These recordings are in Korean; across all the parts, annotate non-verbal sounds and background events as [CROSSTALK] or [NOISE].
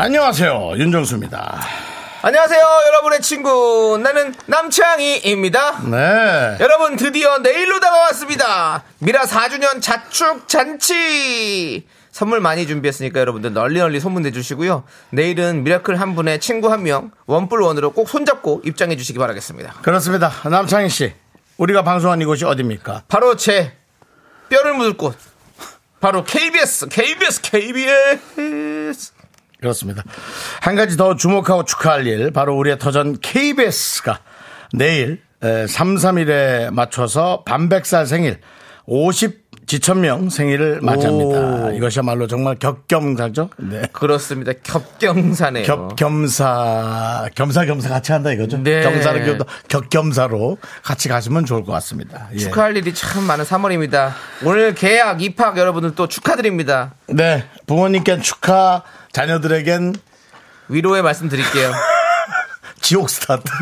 안녕하세요 윤정수입니다. 안녕하세요, 여러분의 친구. 나는 남창희입니다. 네. 여러분, 드디어 내일로 다가왔습니다. 미라 4주년 자축 잔치! 선물 많이 준비했으니까 여러분들 널리 널리 소문 내주시고요. 내일은 미라클 한 분의 친구 한 명, 원뿔 원으로 꼭 손잡고 입장해 주시기 바라겠습니다. 그렇습니다. 남창희 씨, 우리가 방송한 이곳이 어디입니까? 바로 제 뼈를 묻을 곳. 바로 KBS, KBS, KBS. 그렇습니다. 한 가지 더 주목하고 축하할 일, 바로 우리의 터전 KBS가 내일 3, 3일에 맞춰서 반백살 생일, 50 지천명 생일을 맞이합니다. 이것이야말로 정말 겹겸사죠? 네. 그렇습니다. 겹경사네요. 겹겸사, 겸사겸사 같이 한다 이거죠? 네. 겸사를 겸 겹겸사로 같이 가시면 좋을 것 같습니다. 예. 축하할 일이 참 많은 3월입니다. 오늘 계약, 입학 여러분들 또 축하드립니다. 네. 부모님께 축하, 자녀들에겐 위로의 말씀 [LAUGHS] 드릴게요. 지옥 스타트. [LAUGHS]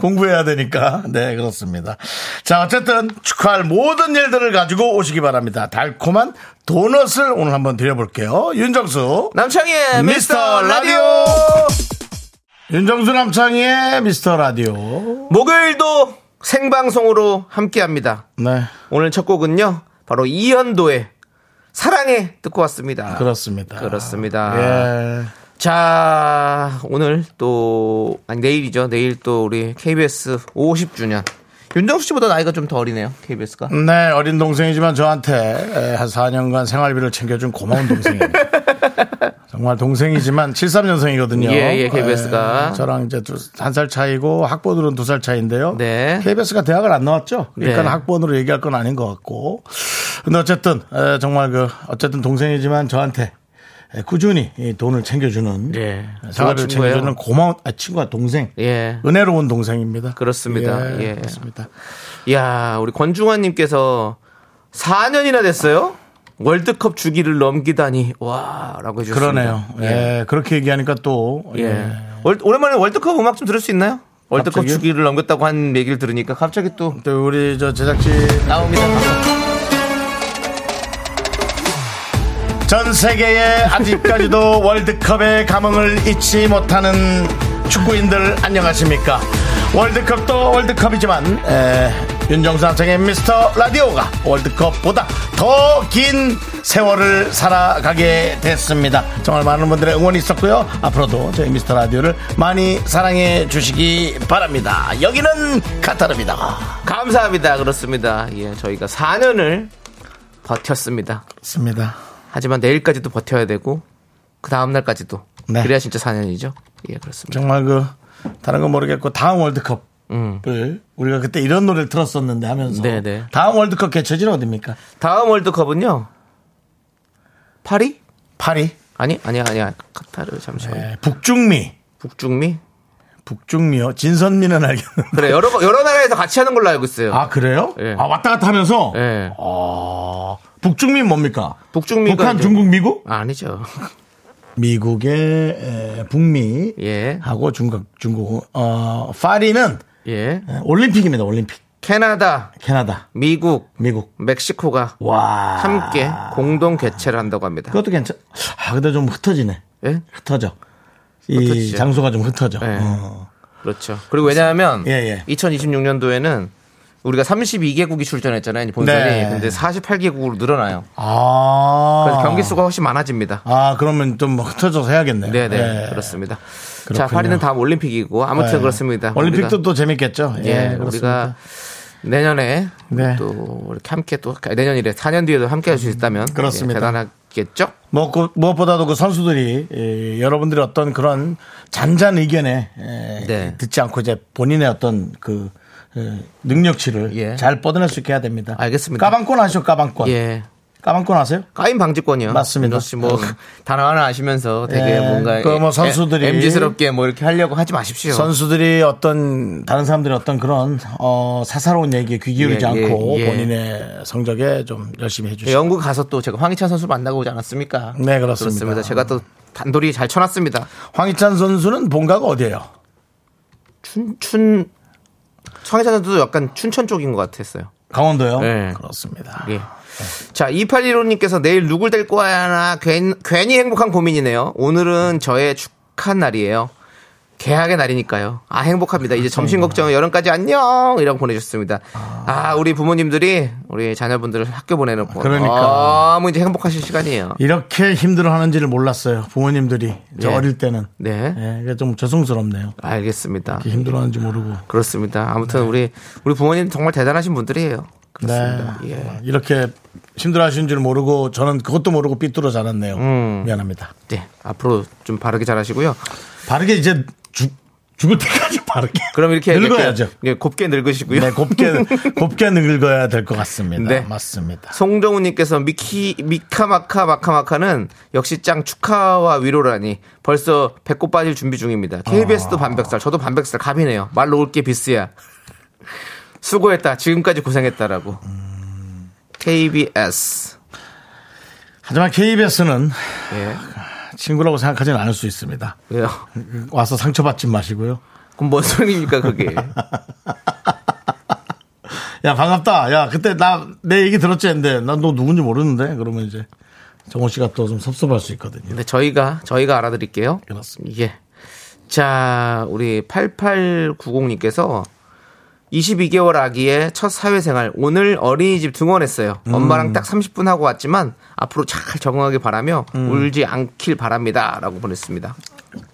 공부해야 되니까. 네, 그렇습니다. 자, 어쨌든 축하할 모든 일들을 가지고 오시기 바랍니다. 달콤한 도넛을 오늘 한번 드려볼게요. 윤정수. 남창희의 네, 미스터 라디오! 윤정수 남창희의 미스터 라디오. 목요일도 생방송으로 함께 합니다. 네, 오늘 첫 곡은요, 바로 이현도의 사랑해 듣고 왔습니다. 그렇습니다. 그렇습니다. 예. 자, 오늘 또, 아니, 내일이죠. 내일 또 우리 KBS 50주년. 윤정수 씨보다 나이가 좀 더 어리네요, KBS가. 네, 어린 동생이지만 저한테 에, 한 4년간 생활비를 챙겨준 고마운 [LAUGHS] 동생입니다. 정말 동생이지만 73년생이거든요. 예, 예, KBS 가. 저랑 이제 한 살 차이고 학번으로는 두 살 차이인데요. 네. KBS가 대학을 안 나왔죠. 그러니까 네. 학번으로 얘기할 건 아닌 것 같고. 근데 어쨌든 에, 정말 그 어쨌든 동생이지만 저한테 에, 꾸준히 이 돈을 챙겨주는 예. 생활비를 좋은 친구예요. 챙겨주는 고마운 아, 친구가 동생. 예. 은혜로운 동생입니다. 그렇습니다. 예. 그렇습니다. 야 우리 권중환님께서 4년이나 됐어요? 월드컵 주기를 넘기다니 와라고 해주셨습니다. 그러네요. 예. 그렇게 얘기하니까 또 예. 예. 월- 오랜만에 월드컵 음악 좀 들을 수 있나요? 월드컵 갑자기요? 주기를 넘겼다고 한 얘기를 들으니까 갑자기 또 또 우리 저 제작진 나옵니다. 전 세계에 [LAUGHS] 아직까지도 월드컵의 감흥을 잊지 못하는 축구인들 안녕하십니까? 월드컵도 월드컵이지만 에, 윤정수 남창의 미스터 라디오가 월드컵보다 더 긴 세월을 살아가게 됐습니다. 정말 많은 분들의 응원이 있었고요. 앞으로도 저희 미스터 라디오를 많이 사랑해 주시기 바랍니다. 여기는 카타르입니다. 감사합니다. 그렇습니다. 예, 저희가 4년을 버텼습니다. 맞습니다. 하지만 내일까지도 버텨야 되고 그 다음 날까지도 네. 그래야 진짜 4년이죠. 예, 그렇습니다. 정말 그 다른 건 모르겠고 다음 월드컵 을 우리가 그때 이런 노래를 들었었는데 하면서 네네. 다음 월드컵 개최지는 어디입니까? 다음 월드컵은요. 파리? 파리 아니, 아니야, 아니야. 카타르 잠시만. 요 예, 북중미 북중미? 북중미요 진선미는 알겠는데 그래 여러 거- 여러 나라에서 같이 하는 걸로 알고 있어요. 아 그래요? 예. 아 왔다 갔다 하면서 예. 아 북중미 뭡니까? 북중미가 북한 이제- 중국 미국 아, 아니죠. [LAUGHS] 미국의 에, 북미 예. 하고 중국 중국 어 파리는 예. 에, 올림픽입니다 올림픽 캐나다, 캐나다 미국, 미국 멕시코가 와 함께 공동 개최를 한다고 합니다. 아. 그것도 괜찮 아 근데 좀 흩어지네 예? 흩어져. 이 흩어지죠. 장소가 좀 흩어져. 예. 어. 그렇죠. 그리고 왜냐하면 예, 예. 2026년도에는 우리가 32개국이 출전했잖아요. 이제 본선이. 네. 근데 48개국으로 늘어나요. 아. 그래서 경기 수가 훨씬 많아집니다. 아, 그러면 좀 흩어져서 해야겠네요. 네, 네. 예. 그렇습니다. 그렇군요. 자, 파리는 다음 올림픽이고 아무튼 예. 그렇습니다. 올림픽도 우리가- 또 재밌겠죠. 예, 예, 그렇습니다. 우리가 내년에 네. 또 이렇게 함께 또 내년이래 4년 뒤에도 함께 할 수 있다면 그렇습니다. 예, 대단하겠죠? 무엇고- 무엇보다도 뭐 그 선수들이 예, 여러분들의 어떤 그런 잔잔 의견에 예, 네. 듣지 않고 이제 본인의 어떤 그 예, 능력치를 예. 잘 뻗어낼 수 있게 해야 됩니다. 알겠습니다. 까방권 하시죠, 까방권. 예. 까만권 아세요? 까임 방지권이요. 아. 맞습니다. 윤정 씨뭐 음. [LAUGHS] 단어 하나 아시면서 되게 예, 뭔가 그뭐 선수들이- MG스럽게 뭐 이렇게 하려고 하지 마십시오. 선수들이 어떤 다른 사람들의 어떤 그런 어, 사사로운 얘기에 귀 기울이지 예, 예, 않고 예. 본인의 성적에 좀 열심히 해주시고 영국 가서 또 제가 황희찬 선수 만나고 오지 않았습니까? 네, 그렇습니다. 제가 또 단돌이 잘 쳐놨습니다. 황희찬 선수는 본가가 어디예요? 춘, 춘, 황희찬 선수도 약간 춘천 쪽인 것 같았어요. 강원도요. 네. 그렇습니다. 예. 자, 2815님께서 내일 누굴 데리고 와야 하나 괜, 괜히 행복한 고민이네요. 오늘은 저의 축하 날이에요. 개학의 날이니까요. 아, 행복합니다. 이제 점심 걱정은 여름까지 안녕! 이라고 보내주셨습니다. 아, 우리 부모님들이 우리 자녀분들을 학교 보내놓고. 그러니까. 예. 너무 이제 행복하실 시간이에요. 이렇게 힘들어하는지를 몰랐어요. 부모님들이 저 예. 어릴 때는 네. 예, 그게 좀 죄송스럽네요. 알겠습니다. 이렇게 힘들어하는지 모르고 그렇습니다. 네. 아무튼 우리, 우리 부모님 정말 대단하신 분들이에요. 그렇습니다. 네. 예. 이렇게 힘들어하시는 줄 모르고 저는 그것도 모르고 삐뚤어 자랐네요. 미안합니다. 네. 앞으로 좀 바르게 잘 하시고요. 바르게 이제 죽, 죽을 때까지 바르게. 그럼 이렇게. [LAUGHS] 늙어야죠. 이렇게, 예, 곱게 늙으시고요. 네, [LAUGHS] 곱게 곱게 늙어야 될 것 같습니다. 네. 맞습니다. 송정우님께서 미키 미카마카 마카마카는 역시 짱 축하와 위로라니 벌써 배꼽 빠질 준비 중입니다. KBS도 반백살, 저도 반백살 갑이네요. 말로 올게 비스야. [LAUGHS] 수고했다. 지금까지 고생했다라고. KBS. 하지만 KBS는 예. 친구라고 생각하지는 않을 수 있습니다. 왜요? 와서 상처받지 마시고요. 그럼 뭔 소리입니까 그게? 야 반갑다. 야 그때 나 내 얘기 들었지 했는데 난 너 누군지 모르는데 그러면 이제 정호 씨가 또 좀 섭섭할 수 있거든요. 근데 저희가 저희가 알아드릴게요. 그렇습니다. 예. 자, 우리 8890님께서 22개월 아기의 첫 사회생활 오늘 어린이집 등원했어요. 엄마랑 딱 30분 하고 왔지만 앞으로 잘 적응하길 바라며 울지 않길 바랍니다라고 보냈습니다.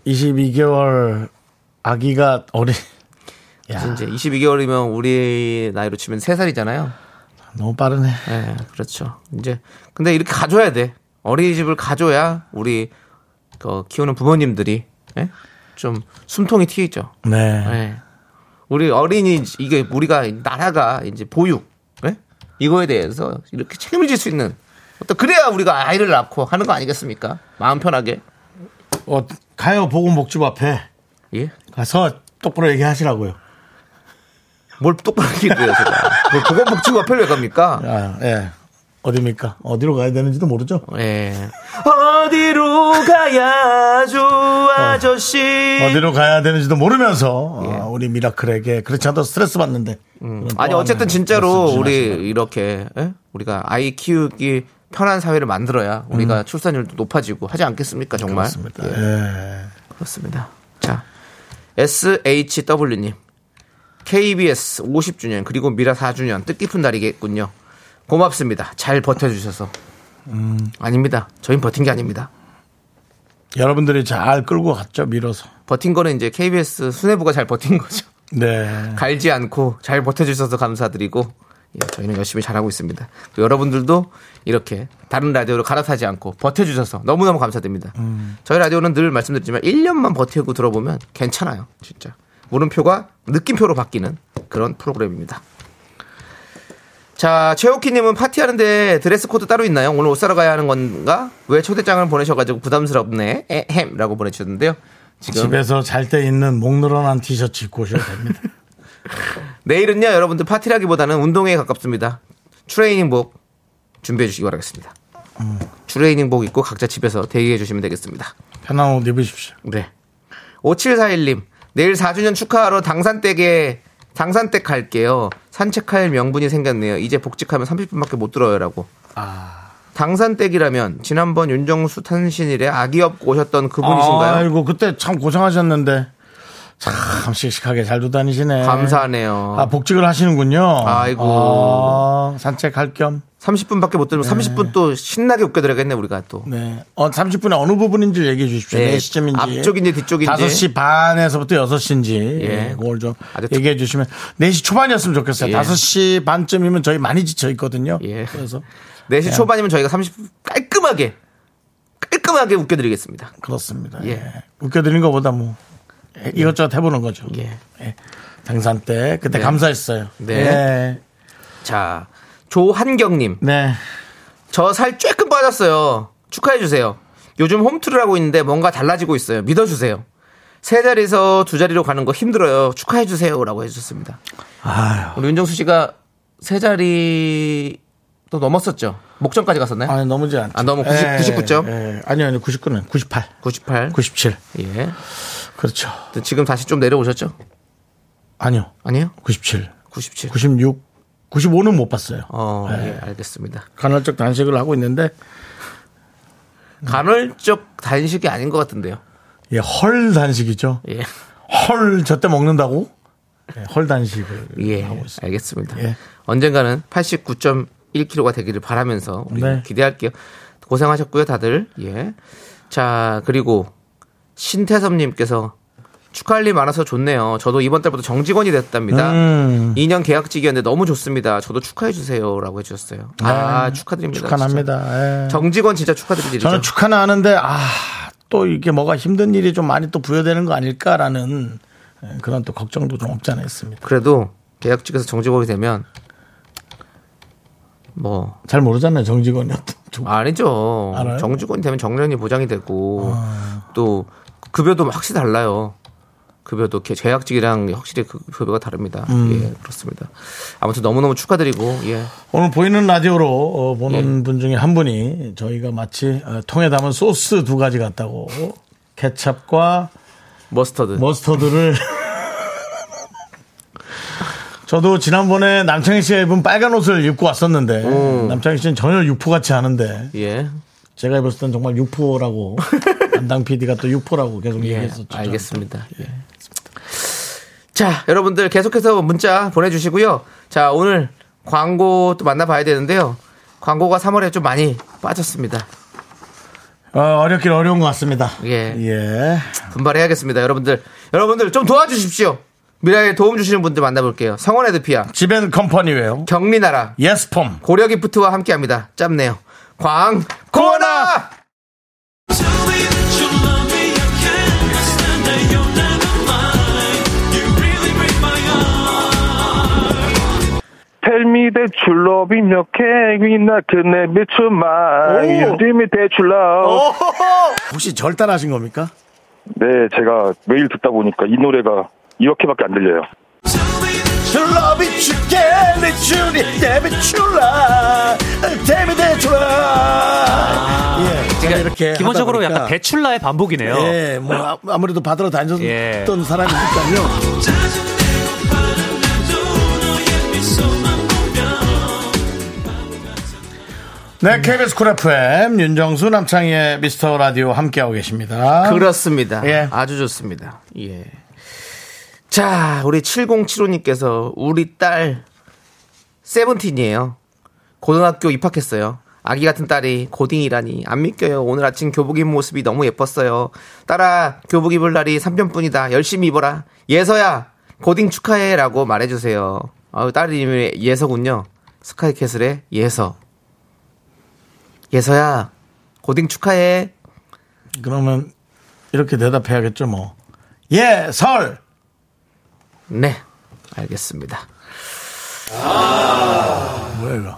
22개월 아기가 어린 야 이제 22개월이면 우리 나이로 치면 3살이잖아요. 너무 빠르네. 예, 그렇죠. 이제 근데 이렇게 가줘야 돼. 어린이집을 가줘야 우리 그 키우는 부모님들이 예? 좀 숨통이 트이죠. 네. 예. 우리 어린이 이게 우리가 나라가 이제 보육 예? 이거에 대해서 이렇게 책임을 질 수 있는 어떤 그래야 우리가 아이를 낳고 하는 거 아니겠습니까? 마음 편하게 어, 가요 보건복지부 앞에 예? 가서 똑바로 얘기하시라고요. 뭘 똑바로 [LAUGHS] 얘기해요 제가 뭘 보건복지부 앞에 왜 갑니까? 아, 예. 어디입니까? 어디로 가야 되는지도 모르죠. 예. 어디로 가야죠 아저씨 어디로 가야 되는지도 모르면서 어, 우리 미라클에게 그렇지 않아도 스트레스 받는데. 그런 예. 음. 네. 아니 뻔한 어쨌든 진짜로 네, 말씀 우리 조심하시고요. 이렇게 예? 우리가 아이 키우기 편한 사회를 만들어야 우리가 출산율도 높아지고 하지 않겠습니까 정말? 음. 그렇습니다. 예. 예. 그렇습니다. 자, SHW님. KBS 50주년, 그리고 미라 4주년, 뜻깊은 날이겠군요. 고맙습니다. 잘 버텨주셔서. 아닙니다. 저희는 버틴 게 아닙니다. 여러분들이 잘 끌고 갔죠, 밀어서. 버틴 거는 이제 KBS 수뇌부가 잘 버틴 거죠. 네. 갈지 않고 잘 버텨주셔서 감사드리고, 예, 저희는 열심히 잘하고 있습니다. 또 여러분들도 이렇게 다른 라디오로 갈아타지 않고 버텨주셔서 너무너무 감사드립니다. 음. 저희 라디오는 늘 말씀드리지만 1년만 버티고 들어보면 괜찮아요. 진짜. 물음표가 느낌표로 바뀌는 그런 프로그램입니다. 자, 최옥희님은 파티하는데 드레스 코드 따로 있나요? 오늘 옷 사러 가야 하는 건가? 왜 초대장을 보내셔가지고 부담스럽네? 에헴!라고 보내주셨는데요. 지금 집에서 잘 때 입는 목 늘어난 티셔츠 입고 오셔도 [LAUGHS] 됩니다. 내일은요 여러분들 파티라기보다는 운동회에 가깝습니다 트레이닝복 준비해 주시기 바라겠습니다 트레이닝복 입고 각자 집에서 대기해 주시면 되겠습니다 편한 옷 입으십시오. 네 5741님 내일 4주년 축하하러 당산댁에 당산댁 갈게요 산책할 명분이 생겼네요 이제 복직하면 30분밖에 못 들어요 라고 아. 당산댁이라면 지난번 윤정수 탄신일에 아기 업고 오셨던 그분이신가요? 아이고, 그때 참 고생하셨는데. 참 씩씩하게 잘도 다니시네. 감사하네요 아, 복직을 하시는군요. 아이고. 아, 산책할 겸. 30분밖에 못 들면 30분 또 신나게 웃겨드려야겠네 우리가 또 네. 어, 30분에 어느 부분인지 얘기해 주십시오. 네, 몇 시쯤인지. 앞쪽인지 뒤쪽인지. 5시 반에서부터 6시인지. 예. 예. 그걸 좀 아주 얘기해 주시면. 4시 초반이었으면 좋겠어요. 예. 5시 반쯤이면 저희 많이 지쳐 있거든요. 예. 그래서. 4시 초반이면 저희가 30분 깔끔하게 깔끔하게 웃겨드리겠습니다. 그렇습니다. 예. 예. 웃겨드린 것보다 뭐 이것저것 해보는 거죠. 예. 예. 당산 때 그때 예. 네. 감사했어요. 네. 자, 조한경님. 네. 네. 저 살 쬐끔 빠졌어요. 축하해주세요. 요즘 홈트를 하고 있는데 뭔가 달라지고 있어요. 믿어주세요. 세 자리에서 두 자리로 가는 거 힘들어요. 축하해주세요. 라고 해주셨습니다. 우리 윤정수 씨가 세 자리 또 넘었었죠. 목전까지 갔었나요? 아니 너무지 않죠. 아, 너무 90 99점? 예. 아니요 아니요 99는 98, 98. 97. 예. 그렇죠. 근데 지금 다시 좀 내려오셨죠? 아니요 아니요? 97, 97. 96, 95는 못 봤어요. 어, 예, 알겠습니다. 간헐적 단식을 하고 있는데 간헐적 단식이 아닌 것 같은데요. 예, 헐 단식이죠. 예. 헐, 저 때 먹는다고? 예, 헐 단식을 예. 하고 있어요. 알겠습니다. 예. 언젠가는 89.1kg가 되기를 바라면서 우리 네. 기대할게요. 고생하셨고요, 다들. 예. 자, 그리고 신태섭님께서 축하할 일 많아서 좋네요. 저도 이번 달부터 정직원이 됐답니다. 2년 계약직이었는데 너무 좋습니다. 저도 축하해주세요라고 해주셨어요. 아, 축하드립니다. 진짜. 축하합니다. 예. 정직원 진짜 축하드릴 일이죠. 저는 축하는 하는데 아 또 이게 뭐가 힘든 일이 좀 많이 또 부여되는 거 아닐까라는 예, 그런 또 걱정도 좀 없지 않아 있습니다. 그래도 계약직에서 정직원이 되면 뭐 잘 모르잖아요 정직원이 어떤 좀 아니죠. 알아요? 아. 정직원이 되면 정년이 보장이 되고 또 급여도 확실히 달라요. 급여도 개- 계약직이랑 확실히 그 급여가 다릅니다. 음. 예, 그렇습니다. 아무튼 너무너무 축하드리고 예. 오늘 보이는 라디오로 어, 보는 분 중에 한 분이 저희가 마치 어, 통에 담은 소스 두 가지 같다고 케찹과 머스터드. 뭐? 머스터드를 저도 지난번에 남창희 씨가 입은 빨간 옷을 입고 왔었는데 음. 남창희 씨는 전혀 육포같이 하는데 예. 제가 입었을 땐 정말 육포라고 [LAUGHS] 담당 PD가 또 육포라고 계속 예. 얘기했었죠. 알겠습니다. 예. 자, 여러분들 계속해서 문자 보내 주시고요. 자, 오늘 광고 또 만나 봐야 되는데요. 광고가 3월에 좀 많이 빠졌습니다. 어, 어렵긴 어려운 것 같습니다. 예. 예. 분발해야겠습니다. 여러분들, 여러분들 좀 도와주십시오. 미라에 도움 주시는 분들 만나볼게요. 성원의 드피아, 집엔 컴퍼니웨어. 경리나라, 예스폼. 고려기프트와 함께합니다. 짧네요. 광, 고원아! 텔미 대출럽이 몇 개이나 그네 비추마 유림이 대출럽 혹시 절단하신 겁니까? 네 제가 매일 듣다 보니까 이 노래가 이렇게밖에 안 들려요 줄러비 줄게 내 줄이 대비출라 대비대출라 예 제가 이렇게 그러니까 기본적으로 하다 보니까 약간 대출라의 반복이네요. 예, 뭐 아- 아무래도 받으러 다녔던 예. 사람이니까요. 네, KBS 쿨 FM 윤정수 남창희의 미스터 라디오 함께하고 계십니다. 그렇습니다. 예. 아주 좋습니다. 예. 자, 우리 7075님께서 우리 딸 세븐틴이에요. 고등학교 입학했어요. 아기 같은 딸이 고딩이라니 안 믿겨요. 오늘 아침 교복 입은 모습이 너무 예뻤어요. 딸아, 교복 입을 날이 3년뿐이다. 열심히 입어라. 예서야, 고딩 축하해라고 말해 주세요. 아, 딸 이름이 예서군요. 스카이캐슬의 예서. 예서야, 고딩 축하해. 그러면 이렇게 대답해야겠죠, 뭐. 예, 설. 네, 알겠습니다. 뭐야 이거?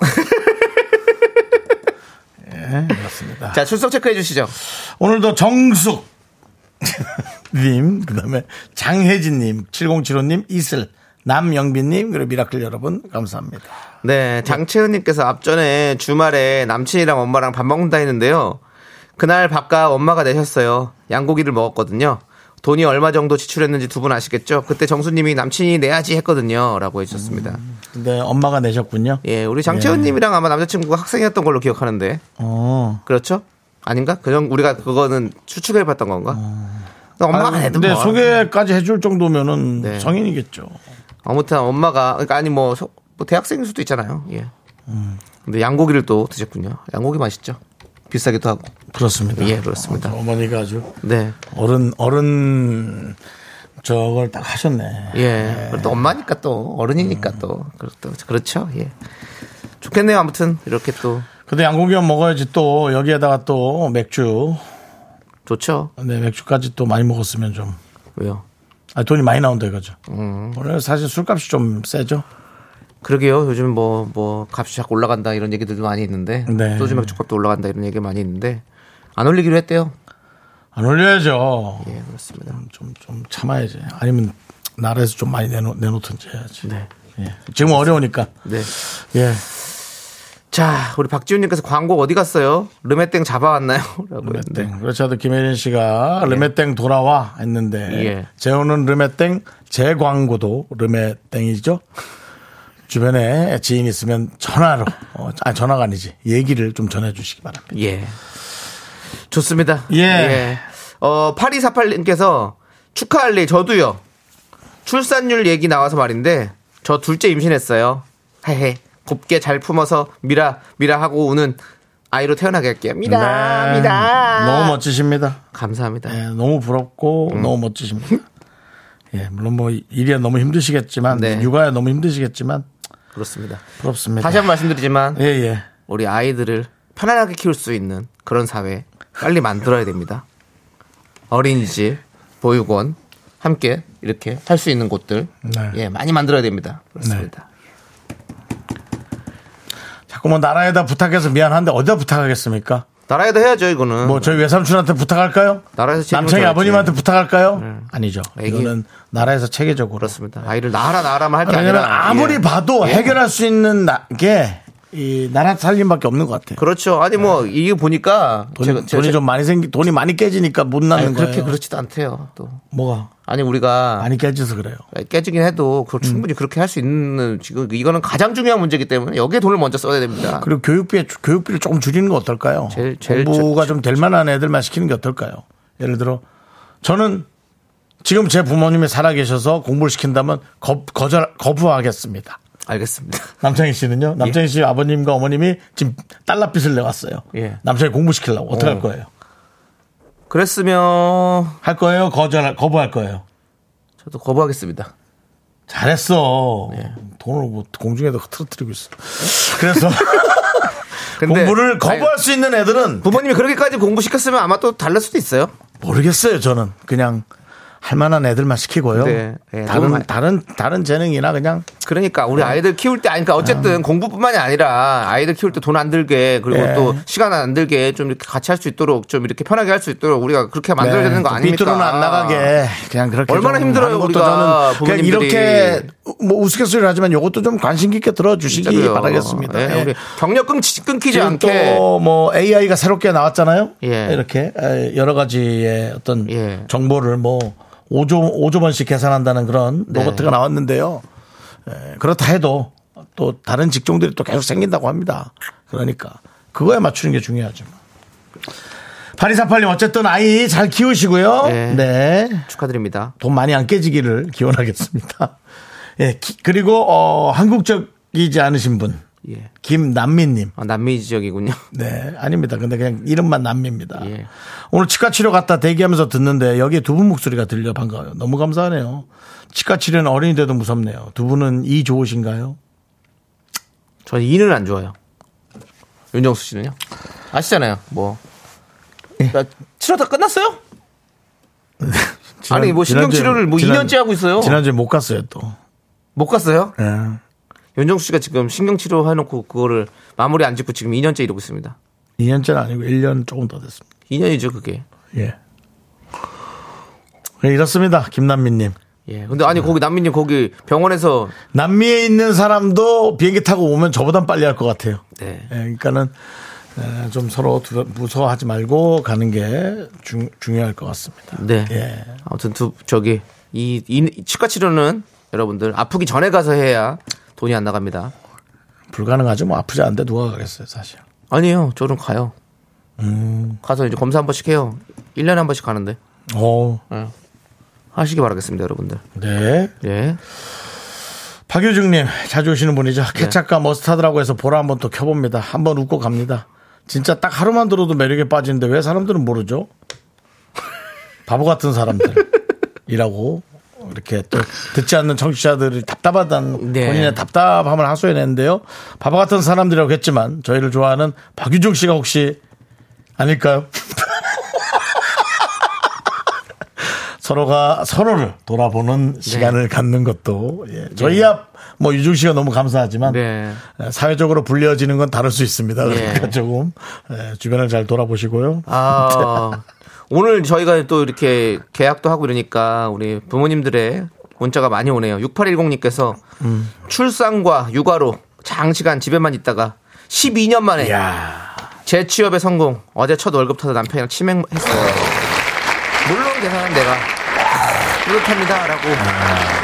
예, 그렇습니다. 자, 출석 체크해 주시죠. 오늘도 정숙 [LAUGHS] 님, 그다음에 장혜진 님, 7075 님, 이슬 남영빈 님, 그리고 미라클 여러분 감사합니다. 네, 장채은님께서 앞전에 주말에 남친이랑 엄마랑 밥 먹는다 했는데요. 그날 밥값 엄마가 내셨어요. 양고기를 먹었거든요. 돈이 얼마 정도 지출했는지 두 분 아시겠죠? 그때 정수님이 남친이 내야지 했거든요. 라고 해주셨습니다. 근데 엄마가 내셨군요. 예, 우리 장채은님이랑 아마 남자친구가 학생이었던 걸로 기억하는데. 어. 그렇죠? 아닌가? 그냥 우리가 그거는 추측해 봤던 건가? 엄마가 어. 아니, 내도 근데 뭐. 소개까지 해줄 정도면은 네. 성인이겠죠. 아무튼 엄마가 그러니까 아니 뭐, 소- 뭐 대학생일 수도 있잖아요. 예. 음. 근데 양고기를 또 드셨군요. 양고기 맛있죠. 비싸기도 하고. 그렇습니다. 예, 그렇습니다. 어, 어머니가 아주 네. 어른 어른 저걸 딱 하셨네. 음. 예. 그리고 또 엄마니까 또 어른이니까 또 그렇- 그렇죠. 예. 좋겠네요. 아무튼 이렇게 또 근데 양고기만 먹어야지 또 여기에다가 또 맥주 좋죠. 네, 맥주까지 또 많이 먹었으면 좀. 왜요? 음. 아, 돈이 많이 나온다 이거죠. 오늘 사실 술값이 좀 세죠. 그러게요. 요즘 뭐, 뭐, 값이 자꾸 올라간다 이런 얘기들도 많이 있는데. 네. 소주 맥주값도 올라간다 이런 얘기 많이 있는데. 안 올리기로 했대요. 안 올려야죠. 예, 그렇습니다. 좀, 좀 참아야지. 아니면 나라에서 좀 많이 내놓, 내놓든지 해야지. 예. 지금 어려우니까. 네. 예. 자, 우리 박지훈님께서 광고 어디 갔어요? 르메땡 잡아왔나요? [LAUGHS] 라고 했는데. 르메땡. 그렇지 않아도 김혜린 씨가 르메땡 돌아와 했는데 예. 재호는 르메땡 제 광고도 르메땡이죠. 주변에 지인 있으면 전화로 어, 아 전화가 아니지 얘기를 좀 전해주시기 바랍니다. 예. 좋습니다. 예. 어, 8248님께서 축하할 일 저도요. 출산율 얘기 나와서 말인데 저 둘째 임신했어요. 헤헤. 곱게 잘 품어서 미라 미라 하고 우는 아이로 태어나게 할게요. 미라 네. 미라. 너무 멋지십니다. 감사합니다. 예, 너무 부럽고 음. 너무 멋지십니다. 예, 물론 뭐 일이야 너무 힘드시겠지만 네. 육아야 너무 힘드시겠지만 그렇습니다. 부럽습니다. 다시 한 번 말씀드리지만 예, 예. 우리 아이들을 편안하게 키울 수 있는 그런 사회 빨리 만들어야 됩니다. 어린이집, 보육원 함께 이렇게 할 수 있는 곳들 네. 예 많이 만들어야 됩니다. 그렇습니다. 자꾸 뭐 나라에다 부탁해서 미안한데 어디다 부탁하겠습니까? 나라에도 해야죠 이거는. 뭐 저희 외삼촌한테 부탁할까요? 나라에서 책임을 남창희 져야지. 아버님한테 부탁할까요? 아니죠. 애기. 이거는 나라에서 체계적으로. 그렇습니다. 아이를 낳아라 낳아라만 할 게 왜냐면 아니라 아무리 예. 봐도 예. 해결할 수 있는 나, 게, 이 나라 살림밖에 없는 것 같아요. 그렇죠. 아니 뭐 네. 이게 보니까 돈이, 그, 제가- 제가- 돈이 좀 많이 생기, 돈이 많이 깨지니까 못 아니, 나는 거예요. 그렇게 그렇지도 않대요. 또 뭐가? 아니 우리가 많이 깨져서 그래요. 깨지긴 음. 해도 그걸 충분히 그렇게 할 수 있는 지금 이거는 가장 중요한 문제이기 때문에 여기에 돈을 먼저 써야 됩니다. 그리고 교육비에, 주- 교육비를 조금 줄이는 거 어떨까요? 제일- 제일 공부가 좀 될 만한 애들만 시키는 게 어떨까요? 예를 들어, 저는 지금 제 부모님이 살아계셔서 공부를 시킨다면 거, 거절, 거부하겠습니다. 알겠습니다. 남창희 예. 씨는요? 남창희 씨 아버님과 어머님이 지금 달러빚을 내왔어요. 예. 남창희 공부시키려고. 어떻게 할 거예요? 그랬으면 할 거예요? 거절, 거부할 거예요? 저도 거부하겠습니다. 잘했어. 예. 돈을 뭐 공중에다 흐트러뜨리고 있어. 그래서 [LAUGHS] 근데 공부를 거부할 아니, 수 있는 애들은 부모님이 그렇게까지 공부시켰으면 아마 또 달랄 수도 있어요. 모르겠어요, 저는. 그냥 할 만한 애들만 시키고요. 네. 예, 다른, 너무 많이- 다른, 다른 재능이나 그냥 그러니까 네. 우리 아이들 키울 때 아니까 그러니까 어쨌든 공부뿐만이 아니라 아이들 키울 때 돈 안 들게 그리고 음. 네. 또 시간 안 들게 좀 이렇게 같이 할 수 있도록 좀 이렇게 편하게 할 수 있도록 우리가 그렇게 만들어야 되는 거 네, 아닙니까? 삐뚤어는 안 나가게 그냥 그렇게 얼마나 좀 힘들어요, 하는 것도 우리가 저는 그냥 부모님들이. 이렇게 뭐 우스갯소리를 하지만 이것도 좀 관심 깊게 들어주시기 진짜로요. 바라겠습니다. 예, 예. 우리 경력 끊기, 끊기지 지금 않게 또뭐 AI가 새롭게 나왔잖아요. 예. 이렇게 에, 여러 가지의 어떤 예. 정보를 뭐 5조 5조 번씩 계산한다는 그런 네. 로봇가 나왔는데요. 에, 그렇다 해도 또 다른 직종들이 또 계속 생긴다고 합니다. 그러니까 그거에 맞추는 게 중요하죠. 파리사팔님 어쨌든 아이 잘 키우시고요. 예. 네. 축하드립니다. 돈 많이 안 깨지기를 기원하겠습니다. [LAUGHS] 예. 기- 그리고 어, 한국적이지 않으신 분 예. 김남민님. 아, 남미 지역이군요. [LAUGHS] 네, 아닙니다. 근데 그냥 이름만 남미입니다. 예. 오늘 치과 치료 갔다 대기하면서 듣는데 여기에 두 분 목소리가 들려 반가워요. 너무 감사하네요. 치과 치료는 어린이 돼도 무섭네요. 두 분은 이 좋으신가요? 저는 이는 안 좋아요. 윤정수 씨는요? 아시잖아요. 뭐. 예. 나 치료다 끝났어요? 아니, 뭐 신경 치료를 뭐 2년째 하고 있어요. 지난주에 못 갔어요, 또. 못 갔어요? 예. 윤정수 씨가 지금 신경 치료 해놓고 그거를 마무리 안 짓고 지금 2년째 이러고 있습니다. 2년째는 아니고 1년 조금 더 됐습니다. 2년이죠, 그게. 예. 네, 이렇습니다. 김남미님. 예. 근데 아니 거기 남민님 거기 병원에서 남미에 있는 사람도 비행기 타고 오면 저보단 빨리 할 것 같아요. 네. 예, 그러니까는 에, 좀 서로 두- 무서워하지 말고 가는 게 중, 중요할 것 같습니다. 네. 예. 아무튼 두 저기 이, 이 치과 치료는 여러분들 아프기 전에 가서 해야 돈이 안 나갑니다. 불가능하죠. 뭐 아프지 않은데 누가 가겠어요, 사실. 아니에요. 저는 가요. 가서 이제 검사 한 번씩 해요. 1년에 한 번씩 가는데. 어, 하시기 바라겠습니다, 여러분들. 네. 예. 박효중님, 자주 오시는 분이죠. 케찹과 머스타드라고 해서 보라 한번 또 켜봅니다. 한번 웃고 갑니다. 진짜 딱 하루만 들어도 매력에 빠지는데 왜 사람들은 모르죠? [LAUGHS] 바보 같은 사람들이라고 이렇게 또 듣지 않는 청취자들이 답답하다는 네. 본인의 답답함을 하소연했는데요. 바보 같은 사람들이라고 했지만 저희를 좋아하는 박유중 씨가 혹시 아닐까요? [LAUGHS] 서로가 서로를 돌아보는 네. 시간을 갖는 것도 예. 저희야 뭐 유중 씨가 너무 감사하지만 네. 예, 사회적으로 불리어지는 건 다를 수 있습니다. 그러니까 예. 조금 예, 주변을 잘 돌아보시고요. 아, 오늘 저희가 또 이렇게 계약도 하고 이러니까 우리 부모님들의 문자가 많이 오네요. 6810님께서 음. 출산과 육아로 장시간 집에만 있다가 12년 만에 야 재취업에 성공. 어제 첫 월급 터서 남편이랑 치맥했어요. 물론 계산은 내가 뿌듯합니다라고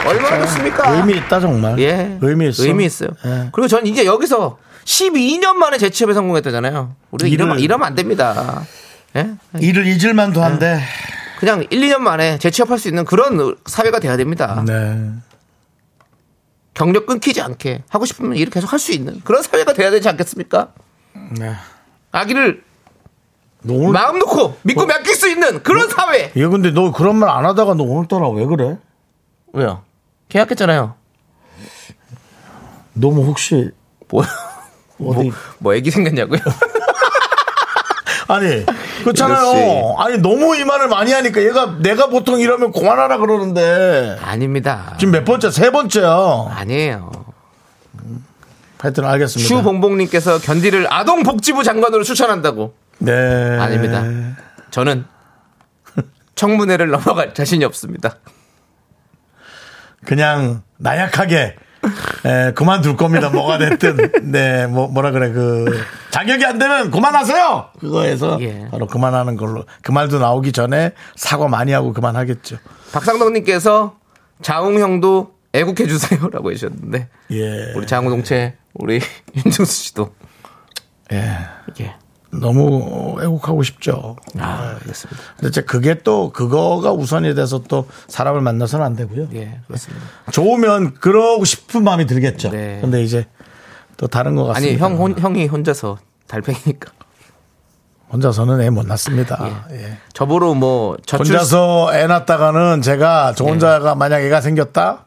얼마나 좋습니까? 아, 의미 있다 정말. 예. 의미 있어. 요 그러니까. 예. 그리고 전 이제 여기서 12년 만에 재취업에 성공했다잖아요. 우리 이러면, 일을- 이러면 안 됩니다. 예? 일을 잊을만도 한데. 그냥 1, 2년 만에 재취업할 수 있는 그런 사회가 돼야 됩니다. 네. 경력 끊기지 않게 하고 싶으면 일을 계속 할 수 있는 그런 사회가 돼야 되지 않겠습니까? 네. 아기를 너 오늘 마음 놓고 믿고 맡길 수 있는 그런 사회. 얘 근데 너 그런 말 안 하다가 너 오늘따라 왜 그래? 왜요? 계약했잖아요. 너 뭐 혹시 뭐, [LAUGHS] 어디 뭐 애기 생겼냐고요? 아니 그렇잖아요. 그렇지. 아니 너무 이 말을 많이 하니까 얘가 내가 보통 이러면 그만하라 그러는데 [LAUGHS] 아닙니다. 지금 몇 번째 세 번째야. 아니에요. 하여튼 알겠습니다. 슈봉봉님께서 견디를 아동복지부 장관으로 추천한다고. 네 아닙니다. 저는 청문회를 넘어갈 자신이 없습니다. 그냥 나약하게 에, 그만둘 겁니다. 뭐가 됐든 네뭐 뭐라 그래 그 자격이 안 되면 그만하세요. 그거에서 예. 바로 그만하는 걸로 그 말도 나오기 전에 사과 많이 하고 그만하겠죠. 박상덕님께서 자웅 형도 애국해 주세요라고 해주셨는데 예. 우리 장우 동체 우리 [LAUGHS] 윤정수 씨도 예. 이게 너무 애국하고 싶죠. 아 그렇습니다. 근데 이제 그게 또 그거가 우선이 돼서 또 사람을 만나서는 안 되고요. 예 그렇습니다. 좋으면 그러고 싶은 마음이 들겠죠. 네. 근데 이제 또 다른 것 같습니다. 아니 형 혼- 형이 혼자서 달팽이니까 혼자서는 애 못 낳습니다. 예. 저보로 뭐 저출 혼자서 애 낳다가는 제가 예. 저 혼자가 만약 애가 생겼다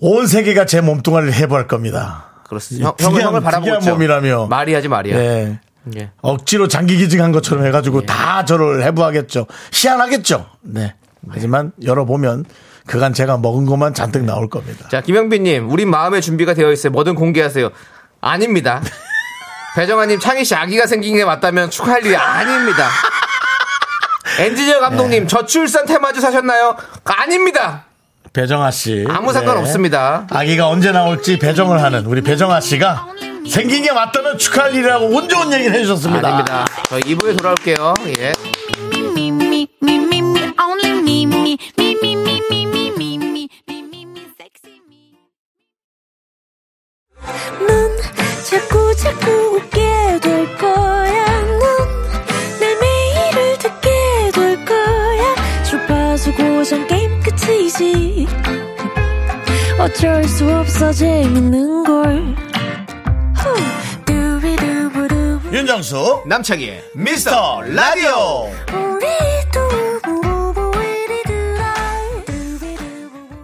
온 세계가 제 몸뚱아리를 해부할 겁니다. 그렇습니다. 형, 특이한- 형을 형을 바라보고 특이한 있죠. 몸이라며. 말이 하지 말이야. 예. 예. 억지로 장기 기증한 것처럼 해가지고 다 저를 해부하겠죠. 희한하겠죠. 네. 하지만 열어보면 그간 제가 먹은 것만 잔뜩 네. 나올 겁니다. 자 김영빈님 우리 마음의 준비가 되어 있어요. 뭐든 공개하세요. [LAUGHS] 아닙니다. 배정아님 창희 씨 아기가 생긴 게 맞다면 축하할 일이 아닙니다. 엔지니어 감독님 네. 저출산 테마주 사셨나요? 아닙니다. 배정아 씨. 네. 아무 상관 없습니다. 아기가 언제 나올지 배정을 하는 우리 배정아 씨가 생긴 게 맞다면 축하할 일이라고 운 좋은 얘기를 해주셨습니다. 아닙니다. 저희 2부에 돌아올게요. 예. me, me, me, me, me, only me, me, me, me, me, me, me, me, me, me, me, me, sexy me. 넌 자꾸 자꾸 웃게 될 거야. 넌내 매일을 듣게 될 거야. 주파수 고정 게임 끝이지. 어쩔 수 없어 재밌는 걸. 후. 두비두부두부. 윤정수 남창희의 미스터 라디오 우리 두부부부 우리들아. 두비두부부부.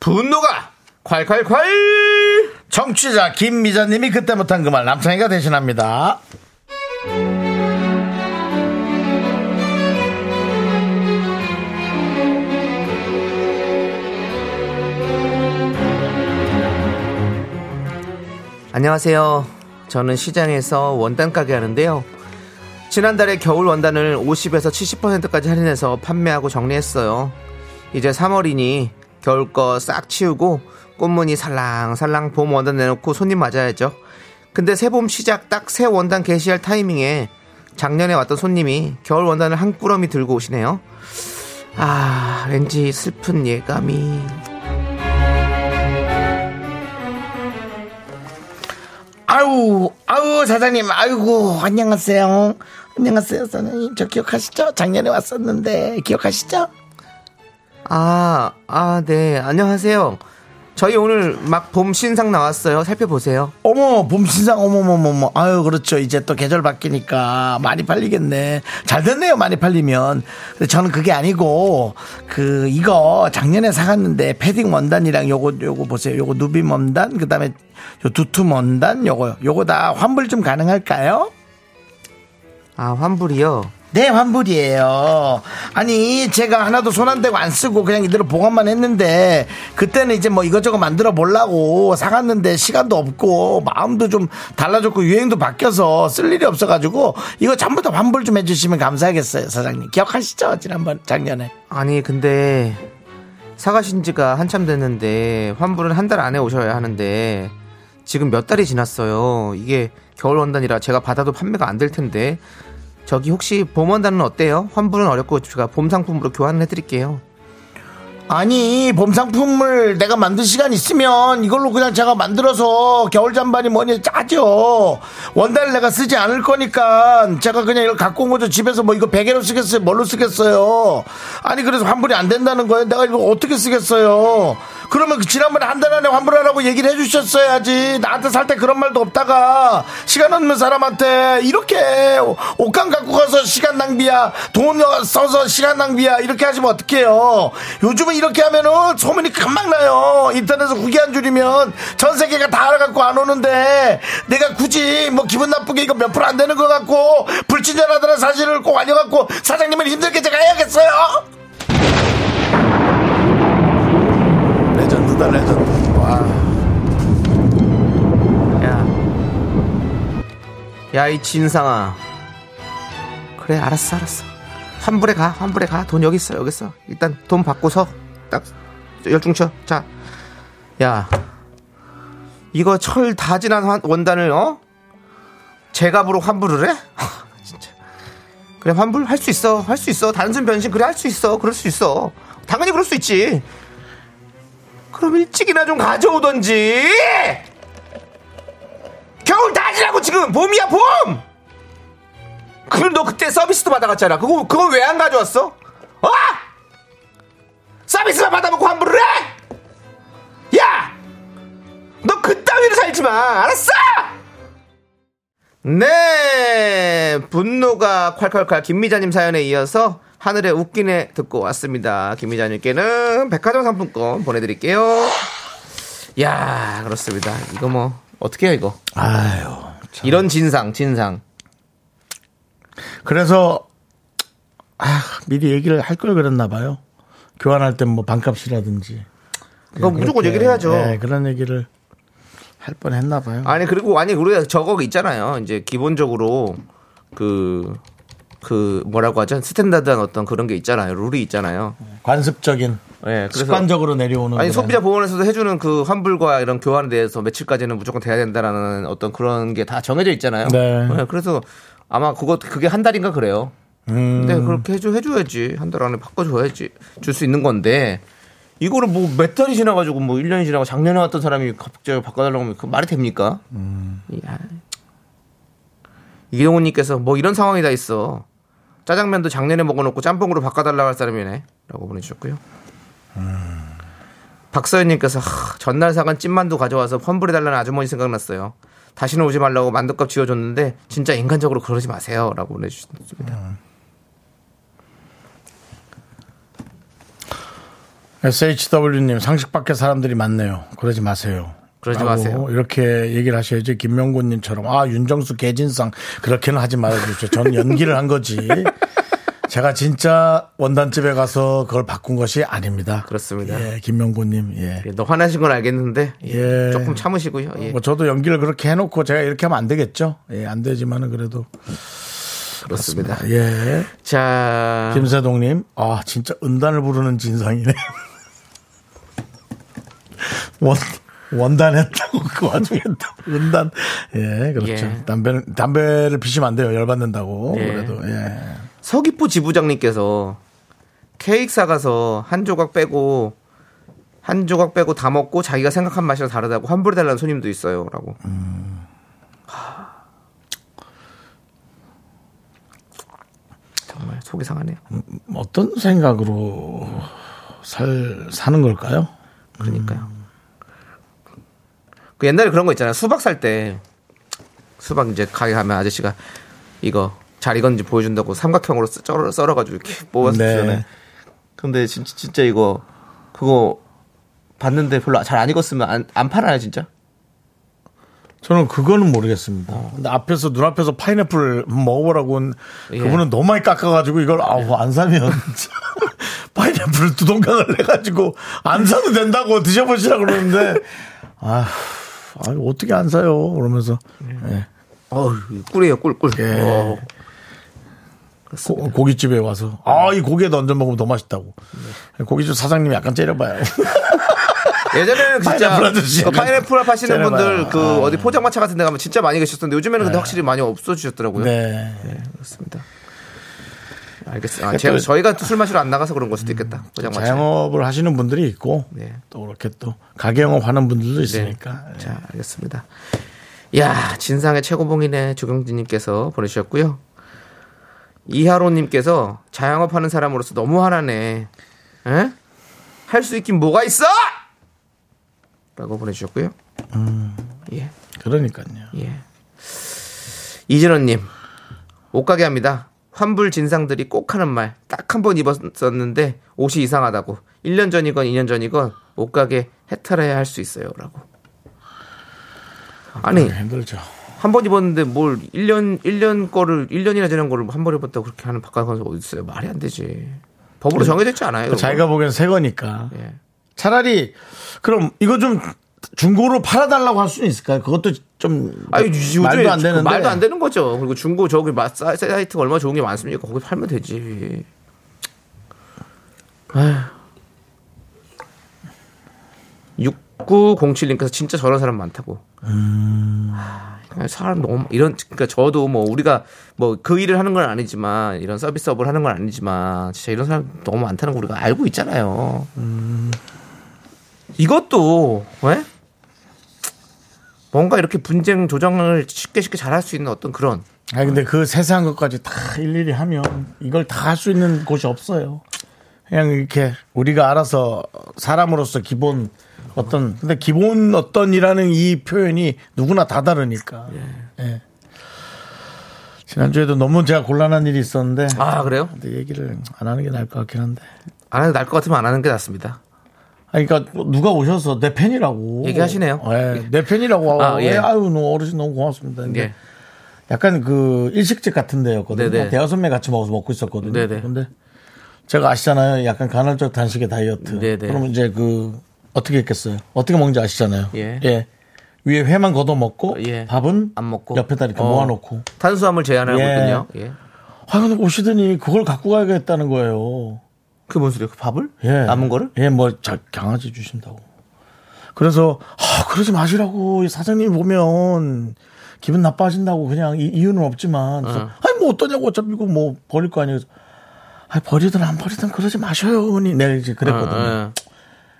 분노가 콸콸콸 정취자 김미자님이 그때 못한 그 말 남창희가 대신합니다. 안녕하세요. 저는 시장에서 원단 가게 하는데요. 지난달에 겨울 원단을 50에서 70%까지 할인해서 판매하고 정리했어요. 이제 3월이니 겨울 거 싹 치우고 꽃무늬 살랑살랑 봄 원단 내놓고 손님 맞아야죠. 근데 새봄 시작 딱 새 원단 게시할 타이밍에 작년에 왔던 손님이 겨울 원단을 한 꾸러미 들고 오시네요. 아, 왠지 슬픈 예감이 아우, 아우, 사장님, 아이고, 안녕하세요. 안녕하세요, 사장님. 저 기억하시죠? 작년에 왔었는데, 기억하시죠? 아, 아, 네, 안녕하세요. 저희 오늘 막 봄 신상 나왔어요. 살펴보세요. 어머 봄신상 어머머머머 아유 그렇죠 이제 또 계절 바뀌니까 많이 팔리겠네 잘 됐네요 많이 팔리면 근데 저는 그게 아니고 그 이거 작년에 사갔는데 패딩 원단이랑 요거 요거 보세요 요거 누빔 원단 그다음에 요 두툼 원단 요거 요거 다 환불 좀 가능할까요? 아, 환불이요? 네, 환불이에요. 아니, 제가 하나도 손 안 대고 안 쓰고 그냥 이대로 보관만 했는데, 그때는 이제 뭐 이것저것 만들어 보려고 사갔는데, 시간도 없고, 마음도 좀 달라졌고, 유행도 바뀌어서 쓸 일이 없어가지고, 이거 전부 다 환불 좀 해주시면 감사하겠어요, 사장님. 기억하시죠? 지난번, 작년에. 아니, 근데 사가신 지가 한참 됐는데 환불은 한 달 안에 오셔야 하는데 지금 몇 달이 지났어요. 이게 겨울 원단이라 제가 받아도 판매가 안 될 텐데 저기 혹시 봄 원단은 어때요? 환불은 어렵고 제가 봄 상품으로 교환을 해드릴게요. 아니, 봄 상품을 내가 만들 시간 있으면, 이걸로 그냥 제가 만들어서, 겨울 잠바니 뭐니 짜죠. 원단을 내가 쓰지 않을 거니까, 제가 그냥 이걸 갖고 온 거죠. 집에서 뭐 이거 베개로 쓰겠어요? 뭘로 쓰겠어요? 아니, 그래서 환불이 안 된다는 거예요. 내가 이거 어떻게 쓰겠어요? 그러면 그 지난번에 한 달 안에 환불하라고 얘기를 해주셨어야지. 나한테 살 때 그런 말도 없다가, 시간 없는 사람한테, 이렇게, 옷감 갖고 가서 시간 낭비야. 돈 써서 시간 낭비야. 이렇게 하시면 어떡해요. 요즘은 이렇게 하면은 소문이 금방 나요. 인터넷에서 후기 한 줄이면 전 세계가 다 알아갖고 안 오는데 내가 굳이 뭐 기분 나쁘게 이거 몇 프로 안 되는 것 같고 불친절하다는 사실을 꼭 알려갖고 사장님은 힘들게 제가 해야겠어요? 레전드다, 레전드. 와. 야. 야, 이 진상아. 그래, 알았어, 알았어. 환불에 가, 환불에 가. 돈 여기 있어, 여기 있어. 일단 돈 받고서 딱 열중쳐. 자. 야. 이거 철 다 지난 환- 원단을, 어? 제값으로 환불을 해? [LAUGHS] 진짜. 그래, 환불 할 수 있어, 할 수 있어. 단순 변신, 그래, 할 수 있어. 그럴 수 있어. 당연히 그럴 수 있지. 그럼 일찍이나 좀 가져오던지! 겨울 다 지나고 지금 봄이야 봄. 그럼 너 그때 서비스도 받아갔잖아. 그거 그거 왜 안 가져왔어? 어? 서비스만 받아먹고 환불을 해? 야, 너 그따위로 살지 마. 알았어? 네, 분노가 콸콸콸 김미자님 사연에 이어서 하늘의 웃기네 듣고 왔습니다. 김미자님께는 백화점 상품권 보내드릴게요. 야, 그렇습니다. 이거 뭐 어떻게 해요 이거? 아유. 어. 이런 진상, 진상. 그래서 아, 미리 얘기를 할 걸 그랬나 봐요. 교환할 땐 뭐 반값이라든지. 그거 무조건 얘기를 해야죠. 네, 그런 얘기를 할 뻔했나 봐요. 아니 그리고 아니 우리가 저거 있잖아요. 이제 기본적으로 그 그 뭐라고 하죠? 스탠다드한 어떤 그런 게 있잖아요. 룰이 있잖아요. 관습적인 예. 그래서 습관적으로 내려오는 아니 그런- 소비자 보호원에서도 해주는 그 환불과 이런 교환에 대해서 며칠까지는 무조건 돼야 된다라는 어떤 그런 게 다 정해져 있잖아요. 네. 예, 그래서 아마 그거 그게 한 달인가 그래요. 음, 네, 그렇게 해줘, 해줘야지. 한 달 안에 바꿔줘야지. 줄 수 있는 건데. 이거를 뭐 몇 달이 지나가지고 뭐 1년이 지나고 작년에 왔던 사람이 갑자기 바꿔달라고 하면 그 말이 됩니까? 음. 이야. 이동훈님께서 뭐 이런 상황이 다 있어. 짜장면도 작년에 먹어놓고 짬뽕으로 바꿔달라고 할 사람이네. 라고 보내주셨고요. 박서연님께서 하, 전날 사간 찐만두 가져와서 환불해달라는 아주머니 생각났어요. 다시는 오지 말라고 만두값 지어줬는데 진짜 인간적으로 그러지 마세요. 라고 보내주셨습니다. SHW님 상식 밖에 사람들이 많네요. 그러지 마세요. 그러지 라고 마세요. 이렇게 얘기를 하셔야지 김명곤님처럼 아 윤정수 개진상 그렇게는 하지 말아주십시오. 저는 연기를 한 [LAUGHS] 거지. 제가 진짜 원단집에 가서 그걸 바꾼 것이 아닙니다. 그렇습니다. 예, 김명곤님. 예. 예, 너 화나신 건 알겠는데 예, 예. 조금 참으시고요. 예, 뭐 저도 연기를 그렇게 해놓고 제가 이렇게 하면 안 되겠죠. 예, 안 되지만은 그래도 그렇습니다. 예. 자, 김세동님, 아 진짜 은단을 부르는 진상이네. [LAUGHS] 원 원단했다고 그 와중에 또 은단. 예, 그렇죠. 예. 담배 담배를 피시면 안 돼요. 열받는다고 예. 그래도 예. 서귀포 지부장님께서 케이크 사가서 한 조각 빼고 한 조각 빼고 다 먹고 자기가 생각한 맛이랑 다르다고 환불해 달라는 손님도 있어요라고. 하. 정말 속이 상하네요. 어떤 생각으로 살 사는 걸까요? 그러니까요. 그 옛날에 그런 거 있잖아요. 수박 살 때 수박 이제 가게 가면 아저씨가 이거 잘 익었는지 보여준다고 삼각형으로 쓰- 썰어, 썰어가지고 이렇게 뽑아서 네. 주잖아요. 근데 진짜, 진짜 이거 그거 봤는데 별로 잘 안 익었으면 안, 안 팔아요 진짜. 저는 그거는 모르겠습니다. 어. 근데 앞에서 눈앞에서 파인애플 먹어보라고 한 예. 그분은 너무 많이 깎아가지고 이걸 아우 안 사면 [LAUGHS] 파인애플 두동강을 해가지고 안 사도 된다고 드셔보시라 그러는데 아휴, 아유 어떻게 안 사요? 그러면서 예. 어 꿀이에요 꿀 꿀. 예. 어우, 고, 고깃집에 와서 네. 아 이 고기에 얹어 먹으면 더 맛있다고 고깃집 사장님이 약간 [LAUGHS] 째려봐요. 예전에는 진짜 파인애플 아저씨. 그 파인애플 [LAUGHS] 파시는 쟤네 분들 봐요. 그 어디 포장마차 같은 데 가면 진짜 많이 계셨었는데 요즘에는 근데 확실히 많이 없어지셨더라고요. 네. 그렇습니다. 알겠습니다. 아, 제가, 저희가 또술 마시러 안 나가서 그런 걸 수도 있겠다. 포장마차. 음, 자영업을 하시는 분들이 있고 네. 또 그렇게 또 가게 영업 하는 분들도 네. 있으니까 예. 자, 알겠습니다. 야, 진상의 최고봉이네. 조경진님께서 보내주셨고요. 이하로님께서 자영업 하는 사람으로서 너무 화나네. 할 수 있긴 뭐가 있어! 라고 보내주셨고요. 음. 예. 그러니까요. 예. 이진원님, 옷가게 합니다. 환불 진상들이 꼭 하는 말, 딱 한 번 입었었는데 옷이 이상하다고. 1년 전이건 2년 전이건 옷가게 해탈해야 할 수 있어요. 라고. 아니, 힘들죠. 한 번 입었는데 뭘 1년, 1년 거를, 1년이나 지난 거를 한 번 입었다고 그렇게 하는 바깥에서 어디 있어요? 말이 안 되지. 법으로 정해져 있지 않아요? 그거? 그러니까 자기가 보기엔 새 거니까 예. 차라리 그럼 이거 좀 중고로 팔아달라고 할 수는 있을까요? 그것도 좀 아니, 요즘에 그러니까 말도 안 그 되는데 말도 안 되는 거죠. 그리고 중고 저기 마- 사- 사이트가 얼마나 좋은 게 많습니까? 거기 팔면 되지. 아휴. 6907님께서 진짜 저런 사람 많다고. 아, 사람 너무 이런 그러니까 저도 뭐 우리가 뭐 그 일을 하는 건 아니지만 이런 서비스업을 하는 건 아니지만 진짜 이런 사람 너무 많다는 거 우리가 알고 있잖아요. 음. 이것도 왜? 뭔가 이렇게 분쟁 조정을 쉽게 쉽게 잘할 수 있는 어떤 그런 아니 근데 그 세세한 것까지 다 일일이 하면 이걸 다 할 수 있는 곳이 없어요. 그냥 이렇게 우리가 알아서 사람으로서 기본 어떤 근데 기본 어떤이라는 이 표현이 누구나 다 다르니까. 예. 지난주에도 너무 제가 곤란한 일이 있었는데 아 그래요? 근데 얘기를 안 하는 게 나을 것 같긴 한데. 안 해도 날 것 같으면 안 하는 게 낫습니다. 아니, 그러니까 누가 오셔서 내 팬이라고 얘기하시네요. 예, 내 팬이라고. 아, 아, 예. 아유, 너 어르신 너무 고맙습니다. 근데 예. 약간 그 일식집 같은 데였거든요. 네네. 대여섯 명 같이 먹어서 먹고 있었거든요. 네네. 근데 제가 아시잖아요. 약간 간헐적 단식의 다이어트. 네네. 그러면 이제 그 어떻게 했겠어요? 어떻게 먹는지 아시잖아요. 예. 위에 회만 걷어 먹고 예. 밥은 안 먹고. 옆에다 이렇게 어. 모아놓고. 탄수화물 제한하고 예. 있군요. 예. 아, 근데 오시더니 그걸 갖고 가야겠다는 거예요. 그게 뭔 소리야? 그 밥을? 예. 남은 거를? 예, 뭐, 자, 강아지 주신다고. 그래서, 아, 그러지 마시라고. 이 사장님 보면 기분 나빠진다고 그냥 이, 이유는 없지만. 그래서, 아니, 뭐 어떠냐고. 어차피 이거 뭐 버릴 거 아니에요. 아 버리든 안 버리든 그러지 마셔요, 어머니. 내가 이제 그랬거든요.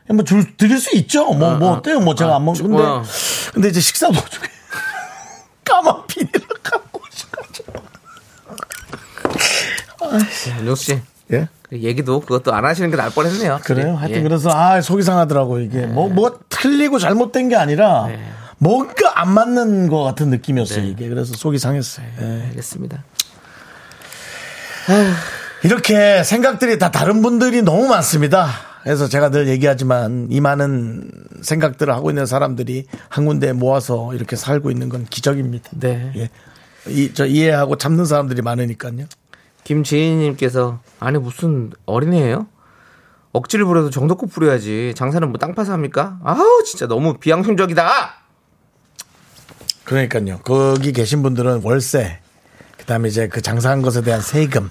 어, 뭐, 줄, 드릴 수 있죠. 뭐, 뭐, 어때요? 뭐, 제가 안 먹는 근데, 어. 근데 이제 식사 도중에 [LAUGHS] 까만 비닐을 갖고 오셔가지고. 예. 윤정수 씨. 예? 그 얘기도 그것도 안 하시는 게 나을 뻔했네요. 그래요? 하여튼 예. 그래서 아 속이 상하더라고 이게 뭐 뭐가 틀리고 잘못된 게 아니라 네. 뭔가 안 맞는 것 같은 느낌이었어요 이게 그래서 속이 상했어요. 예. 네. 알겠습니다. 이렇게 생각들이 다 다른 분들이 너무 많습니다. 그래서 제가 늘 얘기하지만 이 많은 생각들을 하고 있는 사람들이 한 군데 모아서 이렇게 살고 있는 건 기적입니다. 네. 예. 이, 저 이해하고 참는 사람들이 많으니까요. 김지인님께서 아니 무슨 어린애예요? 억지를 부려도 정도껏 부려야지. 장사는 뭐 땅 파서 합니까? 아우 진짜 너무 비양심적이다. 그러니까요. 거기 계신 분들은 월세, 그다음에 이제 그 장사한 것에 대한 세금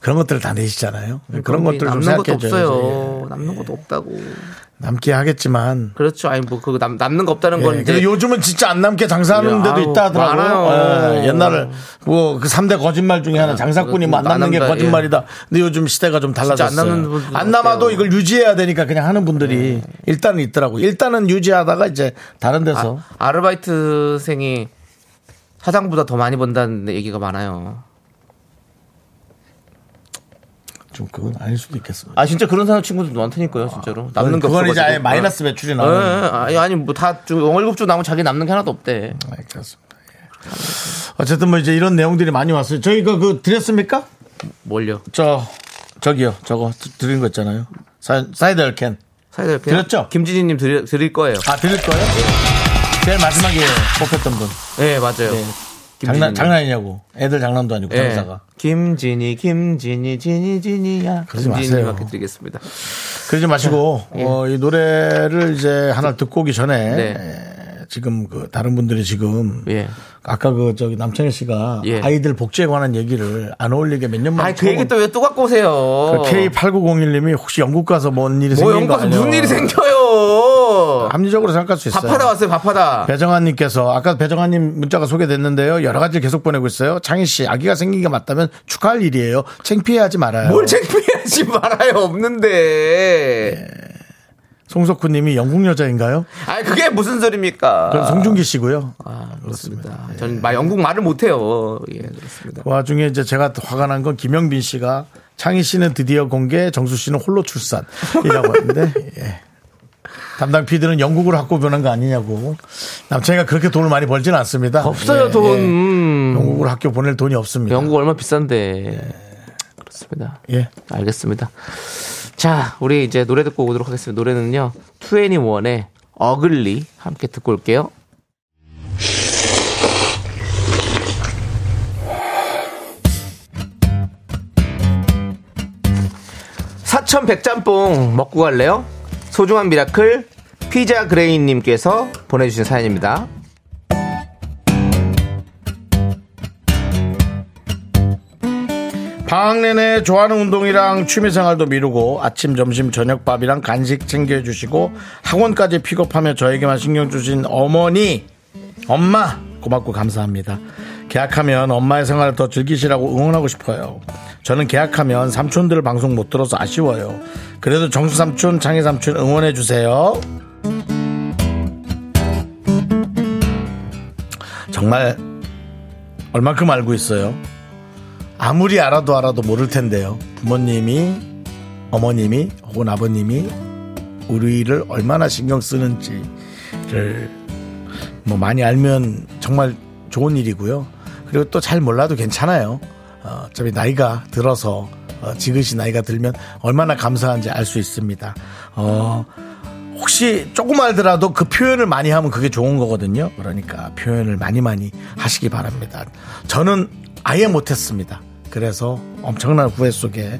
그런 것들을 다 내시잖아요. 그런 것들 좀 네, 남는 것도 생각해 줘요. 없어요. 남는 것도 없다고. 남게 하겠지만 그렇죠. 아니 뭐 그거 남, 남는 거 없다는 건 예, 이제 근데 요즘은 진짜 안 남게 장사하는 예, 데도 아우, 있다 하더라고요. 많아요. 아, 예, 옛날에 뭐그 3대 거짓말 중에 하나 장사꾼이 뭐안 안 남는 게 남다, 거짓말이다. 근데 요즘 시대가 좀 달라졌어요. 예. 안 남는 분들도 안 남아도 많대요. 네. 이걸 유지해야 되니까 그냥 하는 분들이 일단은 있더라고. 요 일단은 유지하다가 이제 다른 데서 아, 르바이트생이 사장보다 더 많이 번다는 얘기가 많아요. 좀 그건 아닐 수도 있겠습니다. 아 진짜 그런 사람 친구들도 많다니까요 진짜로 남는 게 그건 없어가지고. 이제 아예 마이너스 매출이 어. 예, 나오는 예. 아니 아니 뭐다 월급 주 나면 자기 남는 게 하나도 없대 아, 그렇습니다. 예. 어쨌든 뭐 이제 이런 내용들이 많이 왔어요. 저희가 그 드렸습니까? 뭘요 저 저기요. 저거 드- 드린 거 있잖아요. 사, 사이드 얼캔. 사이다 이렇게 드렸죠? 김진희님 드릴, 드릴 거예요 아 드릴 거예요? 제일 마지막에 뽑혔던 분. 예 맞아요 장난 김진희님. 장난이냐고. 애들 장난도 아니고 예. 장사가. 김진희 김진희 진희 진희야 그러지 김진희 마세요. 맞게 드리겠습니다 그러지 마시고 어, 이 노래를 이제 하나 듣고 오기 전에 예. 네. 에, 지금 그 다른 분들이 지금 예. 아까 그 저기 남창희 씨가 예. 아이들 복지에 관한 얘기를 안 어울리게 몇 년 만에 아그 얘기 또 왜 또 갖고 오세요 K8901님이 그 혹시 영국 가서 뭔 일이 어. 뭐 생긴 거 연구소 아니에요? 무슨 일이 생겨요 합리적으로 생각할 수 있어요. 밥하다 왔어요 밥하다 배정환님께서 아까 배정환님 문자가 소개됐는데요. 여러 가지 를 계속 보내고 있어요. 창희 씨 아기가 생긴 게 맞다면 축하할 일이에요. 창피해하지 말아요. 뭘 창피하지 예. 말아요 없는데 송석훈님이 영국 여자인가요? 아니 그게 무슨 소리입니까 그건 송중기 예. 씨고요. 아, 그렇습니다. 저는 마- 영국 말을 못해요. 예, 그렇습니다. 그 와중에 이제 제가 화가 난 건 김영빈 씨가 창희 씨는 드디어 공개, 정수 씨는 홀로 출산이라고 하는데 예. 담당 피디는 영국으로 학고 변한 거 아니냐고 남창이가 그렇게 돈을 많이 벌지는 않습니다. 없어요, 예, 돈. 예. 음. 영국으로 학교 보낼 돈이 없습니다. 영국 얼마 비싼데. 예. 그렇습니다. 예. 알겠습니다. 자, 우리 이제 노래 듣고 오도록 하겠습니다. 노래는요, 2NE1의 어글리 함께 듣고 올게요. 사천 백짬뽕 먹고 갈래요? 소중한 미라클 피자 그레이님께서 보내주신 사연입니다. 방학 내내 좋아하는 운동이랑 취미생활도 미루고 아침 점심 저녁 밥이랑 간식 챙겨주시고 학원까지 픽업하며 저에게만 신경 주신 어머니 엄마 고맙고 감사합니다 계약하면 엄마의 생활을 더 즐기시라고 응원하고 싶어요 저는 계약하면 삼촌들 방송 못 들어서 아쉬워요 그래도 정수 삼촌 장희 삼촌 응원해 주세요 정말 얼만큼 알고 있어요 아무리 알아도 알아도 모를 텐데요. 부모님이, 어머님이, 혹은 아버님이 우리를 얼마나 신경 쓰는지를 뭐 많이 알면 정말 좋은 일이고요. 그리고 또 잘 몰라도 괜찮아요. 어, 어차피 나이가 들어서 어, 지그시 나이가 들면 얼마나 감사한지 알 수 있습니다. 어, 혹시 조금 알더라도 그 표현을 많이 하면 그게 좋은 거거든요. 그러니까 표현을 많이 많이 하시기 바랍니다. 저는 아예 못했습니다. 그래서 엄청난 후회 속에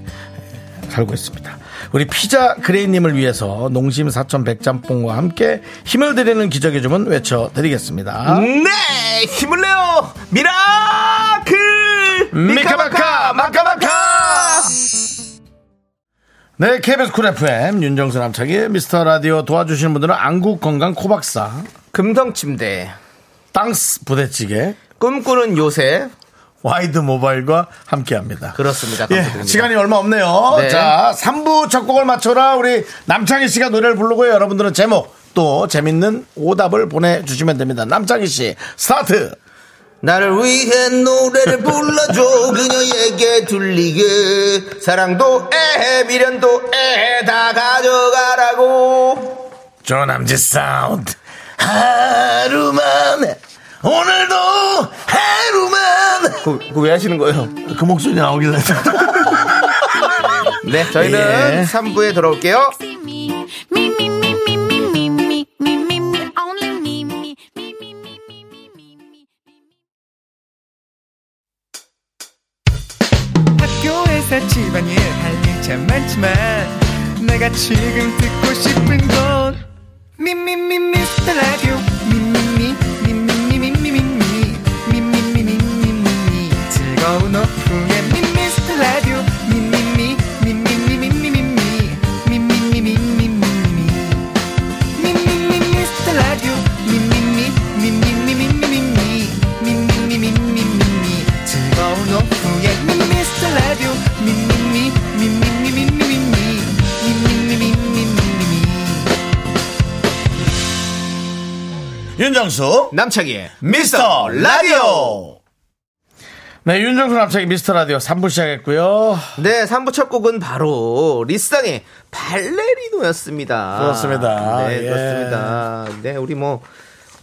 살고 있습니다. 우리 피자 그레이님을 위해서 농심 4,100짬뽕과 함께 힘을 드리는 기적의 주문 외쳐드리겠습니다. 네 힘을 내요 미라클 미카마카, 마카마카 네, KBS 쿨 FM 윤정수 남창희 미스터 라디오 도와주시는 분들은 안국 건강 코박사, 금성침대 땅스 부대찌개, 꿈꾸는 요새 와이드 모바일과 함께합니다. 그렇습니다 예, 감사드립니다. 시간이 얼마 없네요. 네. 자, 3부 첫 곡을 맞춰라. 우리 남창희 씨가 노래를 부르고요. 여러분들은 제목 또 재밌는 오답을 보내주시면 됩니다. 남창희 씨, 스타트! 나를 위해 노래를 불러줘 [LAUGHS] 그녀에게 들리게 사랑도 애 미련도 애 다 가져가라고 조남지 사운드. 하루만, 오늘도 하루만. 그거, 왜 하시는 거예요? 그 목소리 나오길래. [LAUGHS] 네 저희는 예. 3부에 돌아올게요 See me, me, me, me, me, me, me, me, me, me, me, only me, me, me, me, me, me, me, me, me. 학교에서 집안일 할 일 참 많지만 내가 지금 듣고 싶은 건 미미미 미스터 라디오 미미미 미미미미미미 미미미미미미 즐거운 오후에 미스터 라디오 미미미 미미미미미미 미미미미미미 미미미 미스터 라디오 미미미 미미미미미미 미미미미미미 즐거운 오후에 미스터 라디오 미미미 미미미미미미 미미미미미미 윤정수, 남창희의 미스터 라디오. 네, 윤정수 남창의 미스터 라디오 3부 시작했고요. 네, 3부 첫 곡은 바로 리쌍의 발레리노였습니다. 그렇습니다. 네, 예. 그렇습니다. 네, 우리 뭐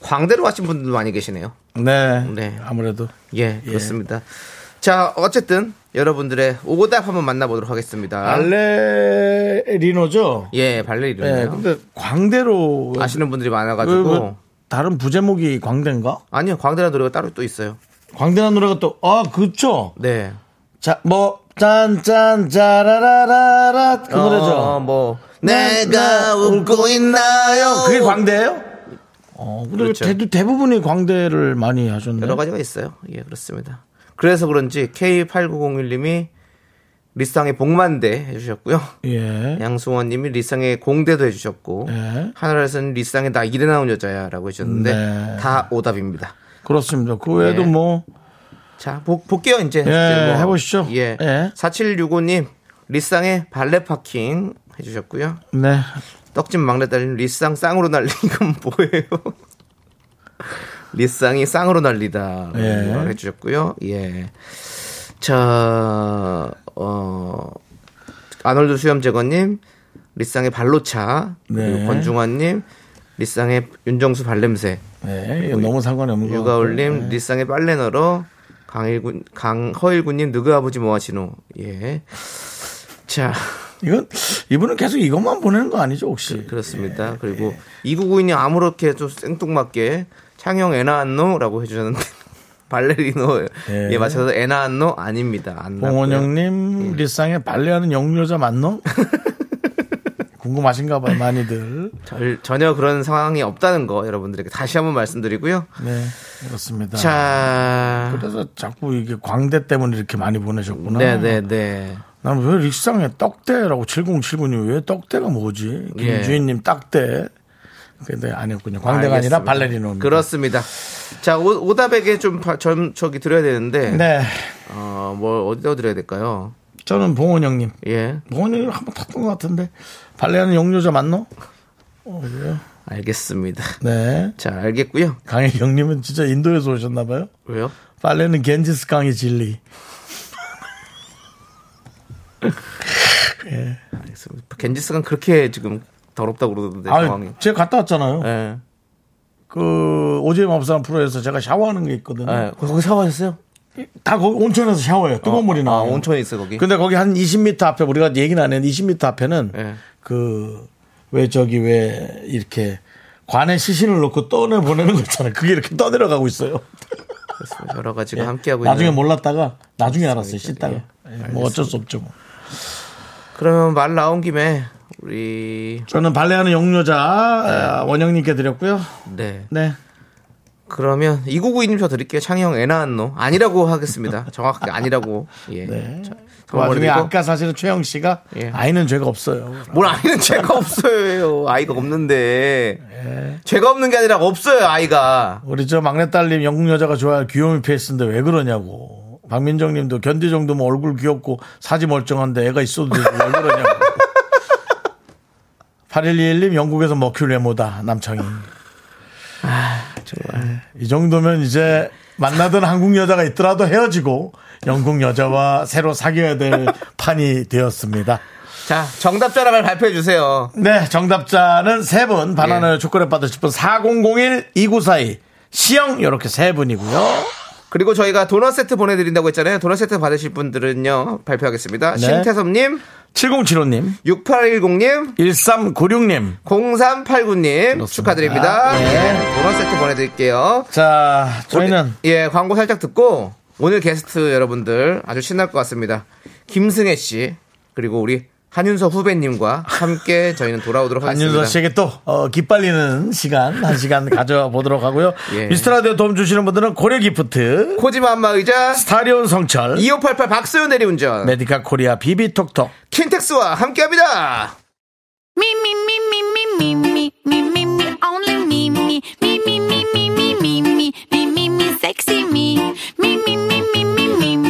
광대로 하신 분들도 많이 계시네요. 네. 네. 아무래도. 예, 그렇습니다. 자, 어쨌든 여러분들의 오답 한번 만나보도록 하겠습니다. 알레리노죠? 예, 발레리노. 예, 근데 광대로. 아시는 분들이 그, 그 많아가지고. 다른 부제목이 광대인가? 아니요, 광대라는 노래가 따로 또 있어요. 광대란 노래가 또, 아, 그쵸? 네. 자, 뭐, 짠, 짠, 짜라라라라. 그 노래죠? 어, 뭐. 내가 웃고 있나요? 그게 광대예요 어, 근데 그렇죠. 대, 대부분이 광대를 많이 하셨네. 여러 가지가 있어요. 예, 그렇습니다. 그래서 그런지 K8901님이 리쌍의 복만대 해주셨고요. 예. 양승원님이 리쌍의 공대도 해주셨고 예. 하늘에서는 리쌍의 나 이래 나온 여자야라고 해주셨는데 네. 다 오답입니다. 그렇습니다. 그 외에도 예. 뭐, 자 보, 볼게요 이제 예, 해보시죠. 예. 예. 4765님 리쌍의 발레 파킹 해주셨고요. 네. 떡집 막내딸님 리쌍 쌍으로 날린 [LAUGHS] 건 뭐예요? 리쌍이 쌍으로 날리다 예. 해주셨고요. 예. 자, 어, 아놀드 수염제거님, 리쌍의 발로차, 그리고 네. 권중환님, 리쌍의 윤정수 발냄새, 네. 이거 너무 상관이 없는 거. 유가올님, 리쌍의 빨래 널어, 강일군, 강허일군님, 누구 아버지 모아시노, 예. 자, 이건, 이분은 계속 이것만 보내는 거 아니죠, 혹시? 예. 그렇습니다. 그리고 이구구인이 아무렇게 좀 생뚱맞게 창영 에나 안노라고 해주셨는데 [LAUGHS] 발레리노에 예. 맞춰서 에나 안노 아닙니다. 안 났고요. 음. 봉원영님, 리쌍에 발레하는 영유여자 [LAUGHS] 맞노? 궁금하신가 봐요, 많이들. 절- 전혀 그런 상황이 없다는 거 여러분들에게 다시 한번 말씀드리고요. 네. 그렇습니다. 자, 그래서 자꾸 이게 광대 때문에 이렇게 많이 보내셨구나. 네네네. 나는 왜 리쌍에 떡대라고 7079님 왜 떡대가 뭐지? 예. 김주인님 딱대. 근데 아니었군요. 광대가 아니라 알겠습니다. 발레리노. 그렇습니다. 자, 오- 오답에게 좀 바- 점, 저기 드려야 되는데 네. 어, 뭘 어디다 드려야 될까요? 저는 봉원영님. 예, 봉원영님 한번 탔던 것 같은데. 발레하는 영유자 맞노? 어, 그래요? 알겠습니다. 네. 자, 알겠고요. 강혜경님은 진짜 인도에서 오셨나봐요. 왜요? 빨래는 겐지스 강의 진리. 알겠습니다. 겐지스가 그렇게 지금 더럽다고 그러던데 상황이. 아, 제가 갔다 왔잖아요. 예. 그 오지의 맘사람 프로에서 제가 샤워하는 게 있거든요. 예. 거기 샤워하셨어요? 다 거기 온천에서 샤워해요. 뜨거운 물이 아, 나와요. 온천에 있어 거기. 근데 거기 한 20m 앞에 우리가 얘기는 안 했는데 20m 앞에는 예. 그 왜 저기 왜 이렇게 관에 시신을 놓고 떠내 보내는 거 있잖아요. 그게 이렇게 떠내려가고 있어요. 그래서 여러 가지가 함께 하고 예. 나중에 뭐- 있는. 네, 몰랐다가 나중에 알았어요. 씻다가 예, 뭐 어쩔 수 없죠. 뭐. 그러면 말 나온 김에 우리 저는 발레하는 영여자 아, 원영님께 드렸고요. 네. 네. 그러면 2992님 저 드릴게요. 창영 애나안노 아니라고 하겠습니다. 정확하게 아니라고. 예. 네. 자, 그 와중에 그리고 아까 사실은 최영 씨가 예. 아이는 죄가 없어요. 뭘 아이는 죄가 없어요. 아이가 없는데 예. 죄가 없는 게 아니라 없어요. 아이가. 우리 저 막내딸님 영국 여자가 좋아할 귀요미 페이스인데 왜 그러냐고. 박민정 님도 견디 정도면 얼굴 귀엽고 사지 멀쩡한데 애가 있어도 되지 왜 그러냐고. [LAUGHS] 8121님 영국에서 먹힐 외모다 남창이. 이 정도면 이제 만나던 한국 여자가 있더라도 헤어지고 영국 여자와 새로 사귀어야 될 [LAUGHS] 판이 되었습니다. 자, 정답자랑을 발표해 주세요. 네, 정답자는 세 분, 바나나 초콜릿 받으실 분, 4001, 2942, 시영, 요렇게 세 분이고요. 그리고 저희가 도넛 세트 보내드린다고 했잖아요. 도넛 세트 받으실 분들은요, 발표하겠습니다. 네. 신태섭님, 7075님, 6810님, 1396님. 0389님 아, 축하드립니다. 예, 네. 보너스 세트 보내드릴게요. 자, 저희는, 오늘- 예 광고 살짝 듣고 오늘 게스트 여러분들 아주 신날 것 같습니다. 김승혜 씨 그리고 우리 한윤서 후배님과 함께 저희는 돌아오도록 하겠습니다. 안윤서 씨에게 또, 어, 기빨리는 시간, 한 시간 [LAUGHS] 가져보도록 하고요. 예. 미스터라디오 도움 주시는 분들은 고려 기프트, 코지마 안마 의자 스타리온 성철, 2588 박소연 대리운전 네. 메디카 코리아 비비톡톡, 킨텍스와 아, 함께합니다. Me, me, me, me, me, me, me, me, me, me, only me, me, me, me, me, me, me, me, me, me, me, me, sexy me, me, me, me, me, me, me, me,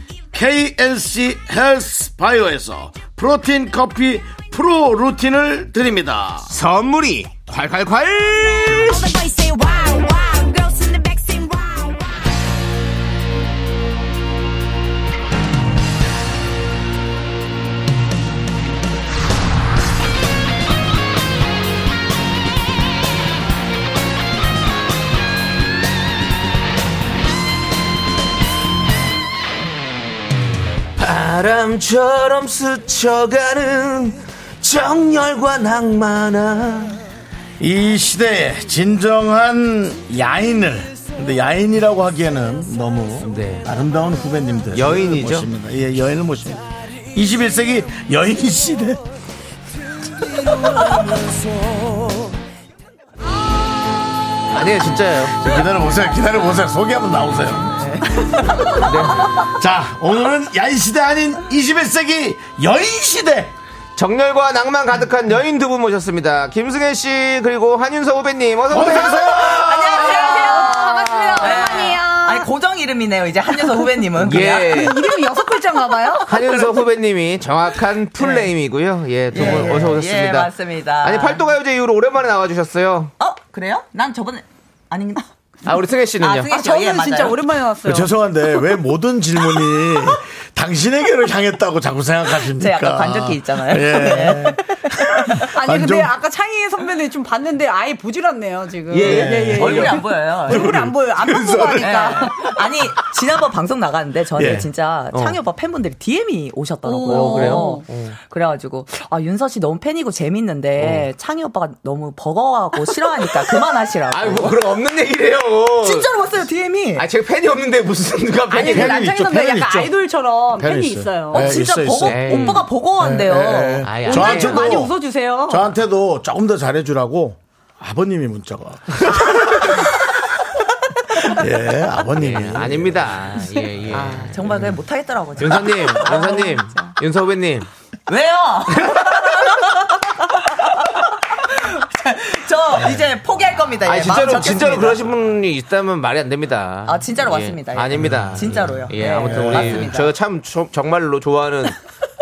KNC 헬스 바이오에서 프로틴 커피 프로 루틴을 드립니다. 선물이 콸콸콸 바람처럼 스쳐가는 정열과 낭만아 이 시대에 진정한 야인을 근데 야인이라고 하기에는 너무 네. 아름다운 후배님들 여인이죠? 모십니다. 예, 여인을 모십니다. 21세기 여인 시대. 아니에요 진짜예요 기다려 보세요. 기다려 보세요. 소개 한번 나오세요. 네. [LAUGHS] 자, 오늘은 야인 시대 아닌 21세기 여인 시대. 어. 정열과 낭만 가득한 여인 두 분 모셨습니다 김승혜 씨 그리고 한윤서 후배님 어서 어서 오세요 오세요. 안녕하세요. 반갑습니다. 오랜만이에요. 네. 아니 고정 이름이네요. 이제 한여서 후배님은. 예 이름이 여섯 글자인가 봐요. [LAUGHS] 한윤서 후배님이 정확한 풀네임이고요 예두 분 어서 오셨습니다 네. 예, 맞습니다. 아니 팔도가요제 이후로 오랜만에 나와주셨어요 어 그래요? 난 저번에 아닌가? 아 우리 승혜 씨는요 아, 승혜 씨, 저는 진짜 오랜만에 그 죄송한데 왜 모든 질문이 [LAUGHS] 당신에게로 향했다고 자꾸 생각하십니까? 제가 약간 관적기 있잖아요. 네. 예. 아니 완전- 근데 아까 창희 선배는 좀 봤는데 아예 보질 않네요 지금. 예, 예. 얼굴이 안 보여요. 얼굴이 안 보여. 안 그래서- 보고 예. 하니까. 아니 지난번 방송 나갔는데 저는 예. 진짜 창희 오빠 팬분들이 DM이 오셨더라고요. 오, 그래요? 그래가지고 아 윤서 씨 너무 팬이고 어. 재밌는데 창희 오빠가 너무 버거워하고 싫어하니까 [LAUGHS] 그만하시라고. 아유 뭐 그런 없는 얘기래요 진짜로 왔어요 DM이. 아 제가 팬이 없는데 무슨 누가 아니 근데 팬이 팬은 남창희 있죠, 선배 팬은 약간 있죠. 아이돌처럼 팬은 팬이 있어요. 있어요. 어 예, 진짜 있어, 버거 있어. 오빠가 버거워한대요. 예. 아이, 아이. 저한테도 많이 웃어주세요. 저한테도 조금 더 잘해주라고 아버님이 [LAUGHS] 문자가. 왔어요. 예, 아버님이. 네, 아닙니다 예 예. 아, 정말 그냥 못하겠더라고. 진짜. 윤서님, [LAUGHS] 윤서님, 윤서 후배님. 네, 왜요? [LAUGHS] 저 이제 포기할 겁니다. 네. 아 예, 진짜로 마음 진짜로 잡겠습니다. 그러신 분이 있다면 말이 안 됩니다. 아, 진짜로 예. 왔습니다. 예. 아닙니다. 진짜로요. 예, 네. 아무튼 우리 맞습니다. 저 참 정말로 좋아하는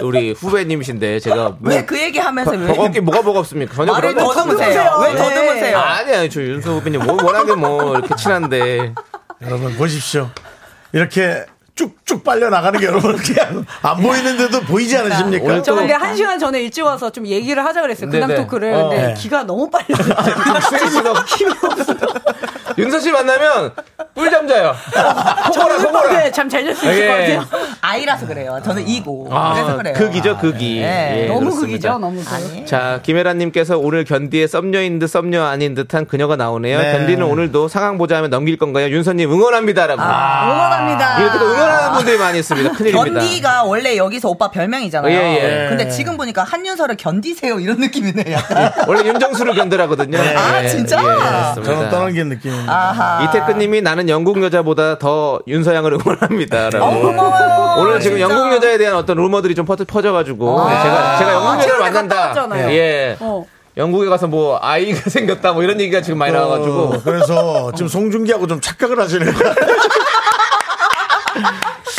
우리 후배님이신데 제가 왜 그 얘기하면서 왜 버겁게 뭐가 버겁습니까? 전혀 말을 그런 거 더듬으세요? 왜 네. 더듬으세요? 아니 아니 저 윤서 후배님 뭐- 워낙에 뭐 이렇게 친한데 여러분 보십시오. 이렇게 쭉쭉 빨려 나가는 게 여러분 이렇게 안- 안 보이는데도 보이지 그러니까. 않으십니까? 오늘 저 또 근데 한 시간 전에 일찍 와서 좀 얘기를 하자 그랬어요. 근황 네네. 아, 토크를. 어. 근데 네. 기가 너무 빨려. [LAUGHS] 아, 스트레스가 힘이 없어. 윤서 씨 만나면 꿀잠 자요. 호거라 호거라. 네, 잠잘 잘 수 있을 예. 것 같아요. 아이라서 그래요. 저는 이고 그래서 아, 그래요. 극이죠 극이. 네. 예, 너무 그렇습니다. 극이죠. 너무 극. 아니. 예. 자, 김혜라님께서 오늘 견디의 썸녀인 듯 썸녀 아닌 듯한 그녀가 나오네요. 네. 견디는 오늘도 상황 보자하면 넘길 건가요? 윤서님 응원합니다라고. 응원합니다. 이렇게 또 응원하는 분들이 많이 있습니다. 큰일입니다. 아. 견디가 원래 여기서 오빠 별명이잖아요. 예, 예. 근데 지금 보니까 한윤서를 견디세요 이런 느낌이네. [LAUGHS] 약간. 원래 윤정수를 견디라거든요. 아, 진짜? 네. 저는 저는 떠 떠넘긴 느낌입니다. 아하. 이태근님이 나는 영국 여자보다 더 윤서 양을 [LAUGHS] 응원합니다라고. 어, 고마워요. 오늘 지금 진짜. 영국 여자에 대한 어떤 루머들이 좀 퍼져, 퍼져가지고 네, 제가 제가 영국 여자를 최근에 갔다 만난다. 왔잖아요. 예. 어. 영국에 가서 뭐 아이가 [LAUGHS] 생겼다 뭐 이런 얘기가 지금 많이 나와가지고 어, 그래서 지금 송중기하고 좀 착각을 하시는 거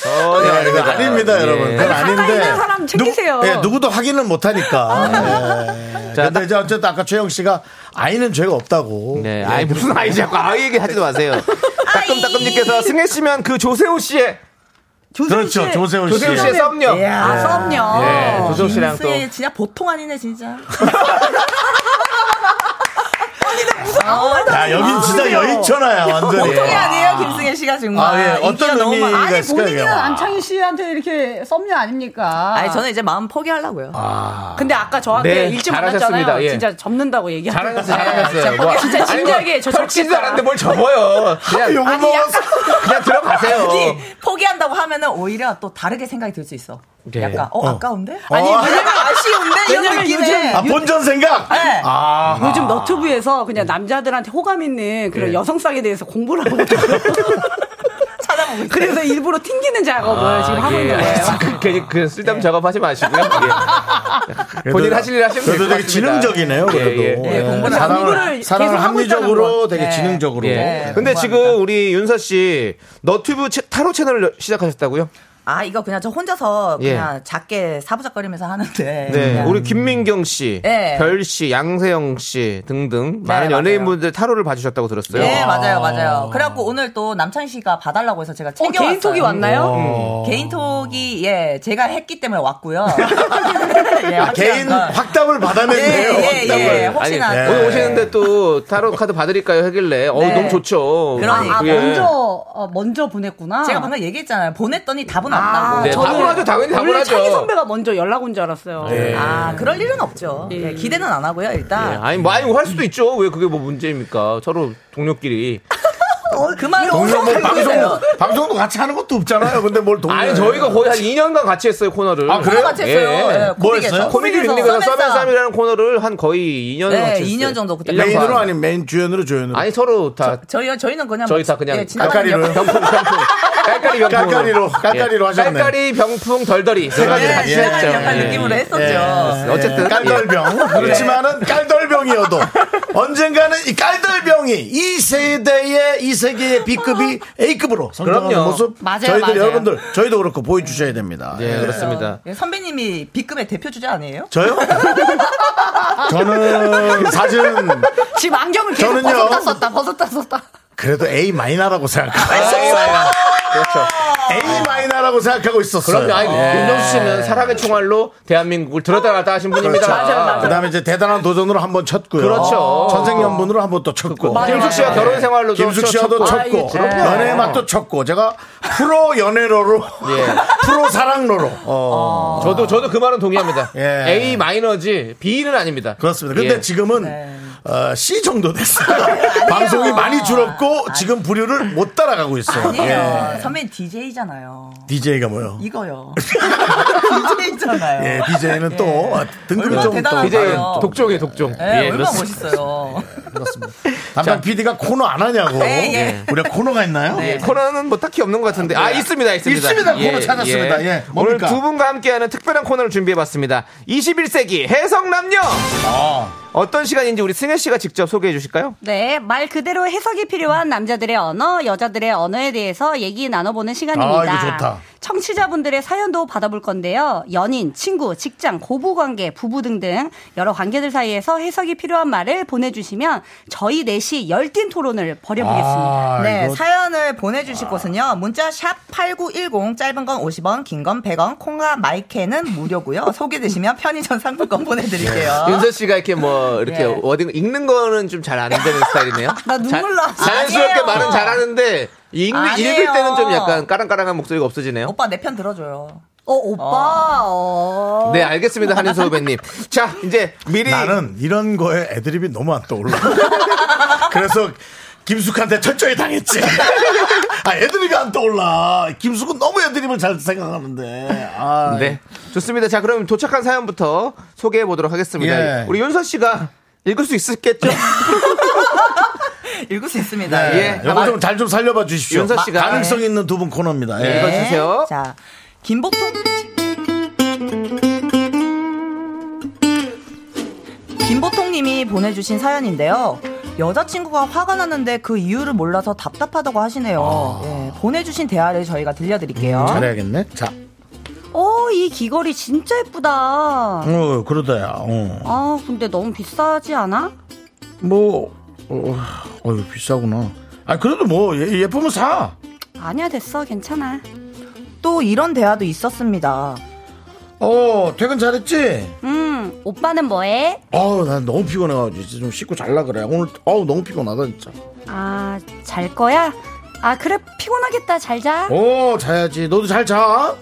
전혀 예, 이거 아닙니다, 아, 어, 네, 예. 여러분. 그건 가까이 아닌데. 있는 사람 챙기세요. 누구, 예, 누구도 확인을 못 하니까. 예. 자, 근데 이제 어쨌든 아까 최영 씨가 아이는 죄가 없다고. 네, 아이 무슨 아이 자꾸 아이 얘기 하지도 마세요. 아, 예. 따끔따끔님께서 승혜 씨면 그 조세호 씨의 조세호 씨. 그렇죠, 조세호 씨. 조세호 씨의 썸녀. 이야. 아, 썸녀. 네, 예. 조세호 씨랑 또 진수의 진짜 보통 아니네 진짜. [LAUGHS] 아니, 나 무슨 야, 여긴 진짜 여인천하야, 완전히. 보통이 아니에요, 김승혜 씨가 정말. 아, 예. 인기가 어떤 너무 많- 의미가 아니 있을까요? 본인은 이게? 안창희 씨한테 이렇게 썸녀 아닙니까? 아니, 저는 이제 마음 포기하려고요. 아, 근데 아까 저한테 네, 일찍 잘하셨습니다. 만났잖아요. 예. 진짜 접는다고 얘기하는 거. 잘하셨어요, 잘하셨어요. 뭐, 진짜 아니, 진지하게 뭐 저 펼치지도 접겠다. 않았는데 뭘 접어요. 그냥, 욕을 먹었어. [LAUGHS] 그냥 들어가세요. 아, 포기, 포기한다고 하면은 오히려 또 다르게 생각이 들 수 있어. 네. 약간, 어, 아까운데? 아니, 왜냐면 아쉬운데? 이런 왜냐면 느낌에. 아, 본전 생각? 네. 아. 요즘 너튜브에서 그냥 남자들한테 호감 있는 그런 예. 여성상에 대해서 공부를 하고 있어요. 하고 있어요. 그래서 일부러 튕기는 작업을 지금 하고 있는 거예요. 괜히 [LAUGHS] 그 네. 쓸데없는 작업하지 마시고요. 예. 본인 하실 일 하시면 그래도 될것 되게 같습니다. 지능적이네요. 그래도 예, 예. 예, 공부를 사랑을, 공부를 계속 사랑을 하고 있다는 합리적으로 건. 되게 예. 지능적으로. 예. 네, 예. 근데 감사합니다. 지금 우리 윤서 씨 너튜브 채- 타로 채널을 시작하셨다고요? 아 이거 그냥 저 혼자서 예. 그냥 작게 사부작거리면서 하는데. 네. 그냥. 우리 김민경 씨, 네. 예. 별 씨, 양세형 씨 등등 많은 맞아요. 연예인분들 타로를 봐주셨다고 들었어요. 네, 예 맞아요 맞아요. 그래갖고 오늘 또 남찬 씨가 봐달라고 해서 제가 어, 챙겨 개인 톡이 왔나요? 개인톡이 예 제가 했기 [LAUGHS] 때문에 왔고요. 예, 아, 확실한 개인 건. 확답을 받아냈네요. 예, 예, 확답을. 예. 혹시나 아니, 네. 또- 오늘 오시는데 또 타로 카드 받으릴까요? 하길래 어우 네. 너무 좋죠. 예. 그러니까. 아, 그게. 먼저, 어, 먼저 보냈구나. 제가 방금 얘기했잖아요. 보냈더니 답은 없다고. 네, 저는 당연하죠, 당연히 원래 당연하죠. 창희 선배가 먼저 연락 온 줄 알았어요. 아 그럴 일은 없죠. 예, 기대는 안 하고요 예, 일단. 아니 뭐 아니 할 수도 있죠. 왜 그게 뭐 문제입니까? 서로 동료끼리. 어, 그 말을 동료 뭐 어떻게 하고 있어요? 방송 방송도 같이 하는 것도 없잖아요. 근데 뭘 동료? 아니 저희가 거의 한 2년간 같이 했어요 코너를. 아, 그래요? 같이 했어요. 예. 예, 뭐 코믹에서. 했어요? 코미디 코믹에서 윈리그에서 서맨싸움. 서맨쌈이라는 코너를 한 거의 2년을 네, 같이 했어요. 2년 정도 그때 일 년 메인으로 반. 아니면 메인 주연으로 조연으로. 아니 서로 다 저희요 저희는 그냥 저희 뭐- 다 그냥 예, 지나가는 깔깔이로요? 옆- 병풍 병풍 깔깔이 병풍 깔깔이로, 깔깔이로 하셨네. 깔깔이 병풍 덜덜이 세 가지 예, 같이 예, 했죠. 지나가는 네, 약간 예. 느낌으로 했었죠. 네. 예. 어쨌든. 예. 깔덜병 그렇지만은 [LAUGHS] 깔덜병이어도 언젠가는 이 깔덜병이 이 세대의 이 세계의 B급이 A급으로 성장하는 그럼요. 모습 맞아요, 저희들 맞아요. 여러분들 저희도 그렇고 보여주셔야 됩니다. 예, 예. 그렇습니다. 예, 선배님이 B급의 대표 주자 아니에요? 저요? [LAUGHS] 저는 사실은 지금 안경을 계속 저는요. 벗었다 썼다, 벗었다 썼다. 그래도 A 마이너라고 생각하고 아, 그렇죠. A 마이너라고 생각하고 있었어요. 그럼요. 아니, 예. 윤정수 씨는 사랑의 총알로 대한민국을 들었다 놨다 하신 분입니다. 그다음에 이제 대단한 도전으로 한 번 쳤고요. 그렇죠. 천생연분으로 한 번 또 쳤고. 김숙 네. 씨와 결혼 생활로도 김숙 쳤- 씨와도 쳤고. 쳤고 아, 예. 연애 맛도 쳤고 제가 프로 연애로로 예. [LAUGHS] 프로 어. 사랑로로 어. 저도 저도 그 말은 동의합니다. 예. A 마이너지 B는 아닙니다. 그렇습니다. 근데 예. 지금은 네. 어, C 정도 아, 됐어요. [LAUGHS] 방송이 많이 줄었고 지금 부류를 못 따라가고 있어요. 아니에요. 예. 선배님 DJ잖아요. DJ가 뭐요? 이거요. [LAUGHS] DJ잖아요. 예, DJ는 또 어, 등급이 얼마나 좀 또. 대단한 이제 맞아요. 독종이 독종. 예, 얼마나 멋있어요. 그렇습니다. 담당 PD가 코너 안 하냐고. 예, 네. 예. 우리가 코너가 있나요? 예, 코너는 뭐 딱히 없는 것 같은데 아 있습니다 있습니다 예. 있습니다. 코너 찾았습니다. 예, 오늘 뭡니까? 두 분과 함께하는 특별한 코너를 준비해봤습니다 21세기 해성남녀 아. 어떤 시간인지 우리 승혜 씨가 직접 소개해 주실까요? 네, 말 그대로 해석이 필요한 남자들의 언어, 여자들의 언어에 대해서 얘기 나눠보는 시간입니다. 아, 이거 좋다. 청취자분들의 사연도 받아볼 건데요. 연인, 친구, 직장, 고부관계, 부부 등등 여러 관계들 사이에서 해석이 필요한 말을 보내주시면 저희 넷이 열띤 토론을 벌여보겠습니다. 아, 네, 이거 아. 사연을 보내주실 곳은요. 문자 샵 8910, 짧은 건 50원, 긴 건 100원, 콩과 마이케는 무료고요. 소개되시면 편의점 아. 상품권 네. 보내드릴게요. 윤서 씨가 이렇게 뭐 이렇게 예. 어디 읽는 거는 좀 잘 안 되는 [LAUGHS] 스타일이네요 나 눈물 나. 자- 자연스럽게 아니에요. 말은 잘하는데 읽, 아니에요. 읽을 때는 좀 약간 까랑까랑한 목소리가 없어지네요 오빠 내 편 들어줘요. 어, 오빠, 어. 네 알겠습니다 한인서 후배님 자 이제 미리 네. 나는 이런 거에 애드립이 너무 안 떠올라. 그래서 김숙한테 철저히 당했지. 아, 애드립이 안 떠올라. 김숙은 너무 애드립을 잘 생각하는데. 아, 네 좋습니다 자 그럼 도착한 사연부터 소개해 보도록 하겠습니다 예. 우리 윤서 씨가 읽을 수 [LAUGHS] 있겠죠? 읽을 수 있습니다. 예. 네, 요거 좀잘 좀 살려봐 주십시오. 아, 윤서 씨가. 가능성 있는 두 분 코너입니다. 네, 예. 이거 주세요. 자, 김복통. 김보통님이 보내주신 사연인데요. 여자친구가 화가 났는데 그 이유를 몰라서 답답하다고 하시네요. 아. 예, 보내주신 대화를 저희가 음, 들려드릴게요. 잘해야겠네. 자, 어, 이 귀걸이 진짜 예쁘다. 음. 어, 그러다야. 어. 아, 근데 너무 비싸지 않아? 뭐, 어, 어휴, 비싸구나. 아, 그래도 뭐, 예, 예쁘면 사. 아니야, 됐어. 괜찮아. 또 이런 대화도 있었습니다. 어, 퇴근 잘했지? 음, 오빠는 뭐해? 어우, 난 너무 피곤해가지고 진짜 좀 씻고 잘라 그래. 오늘, 어우, 너무 피곤하다, 진짜. 아, 잘 거야? 아, 그래, 피곤하겠다, 잘 자. 어? 오, 자야지. 너도 잘 자.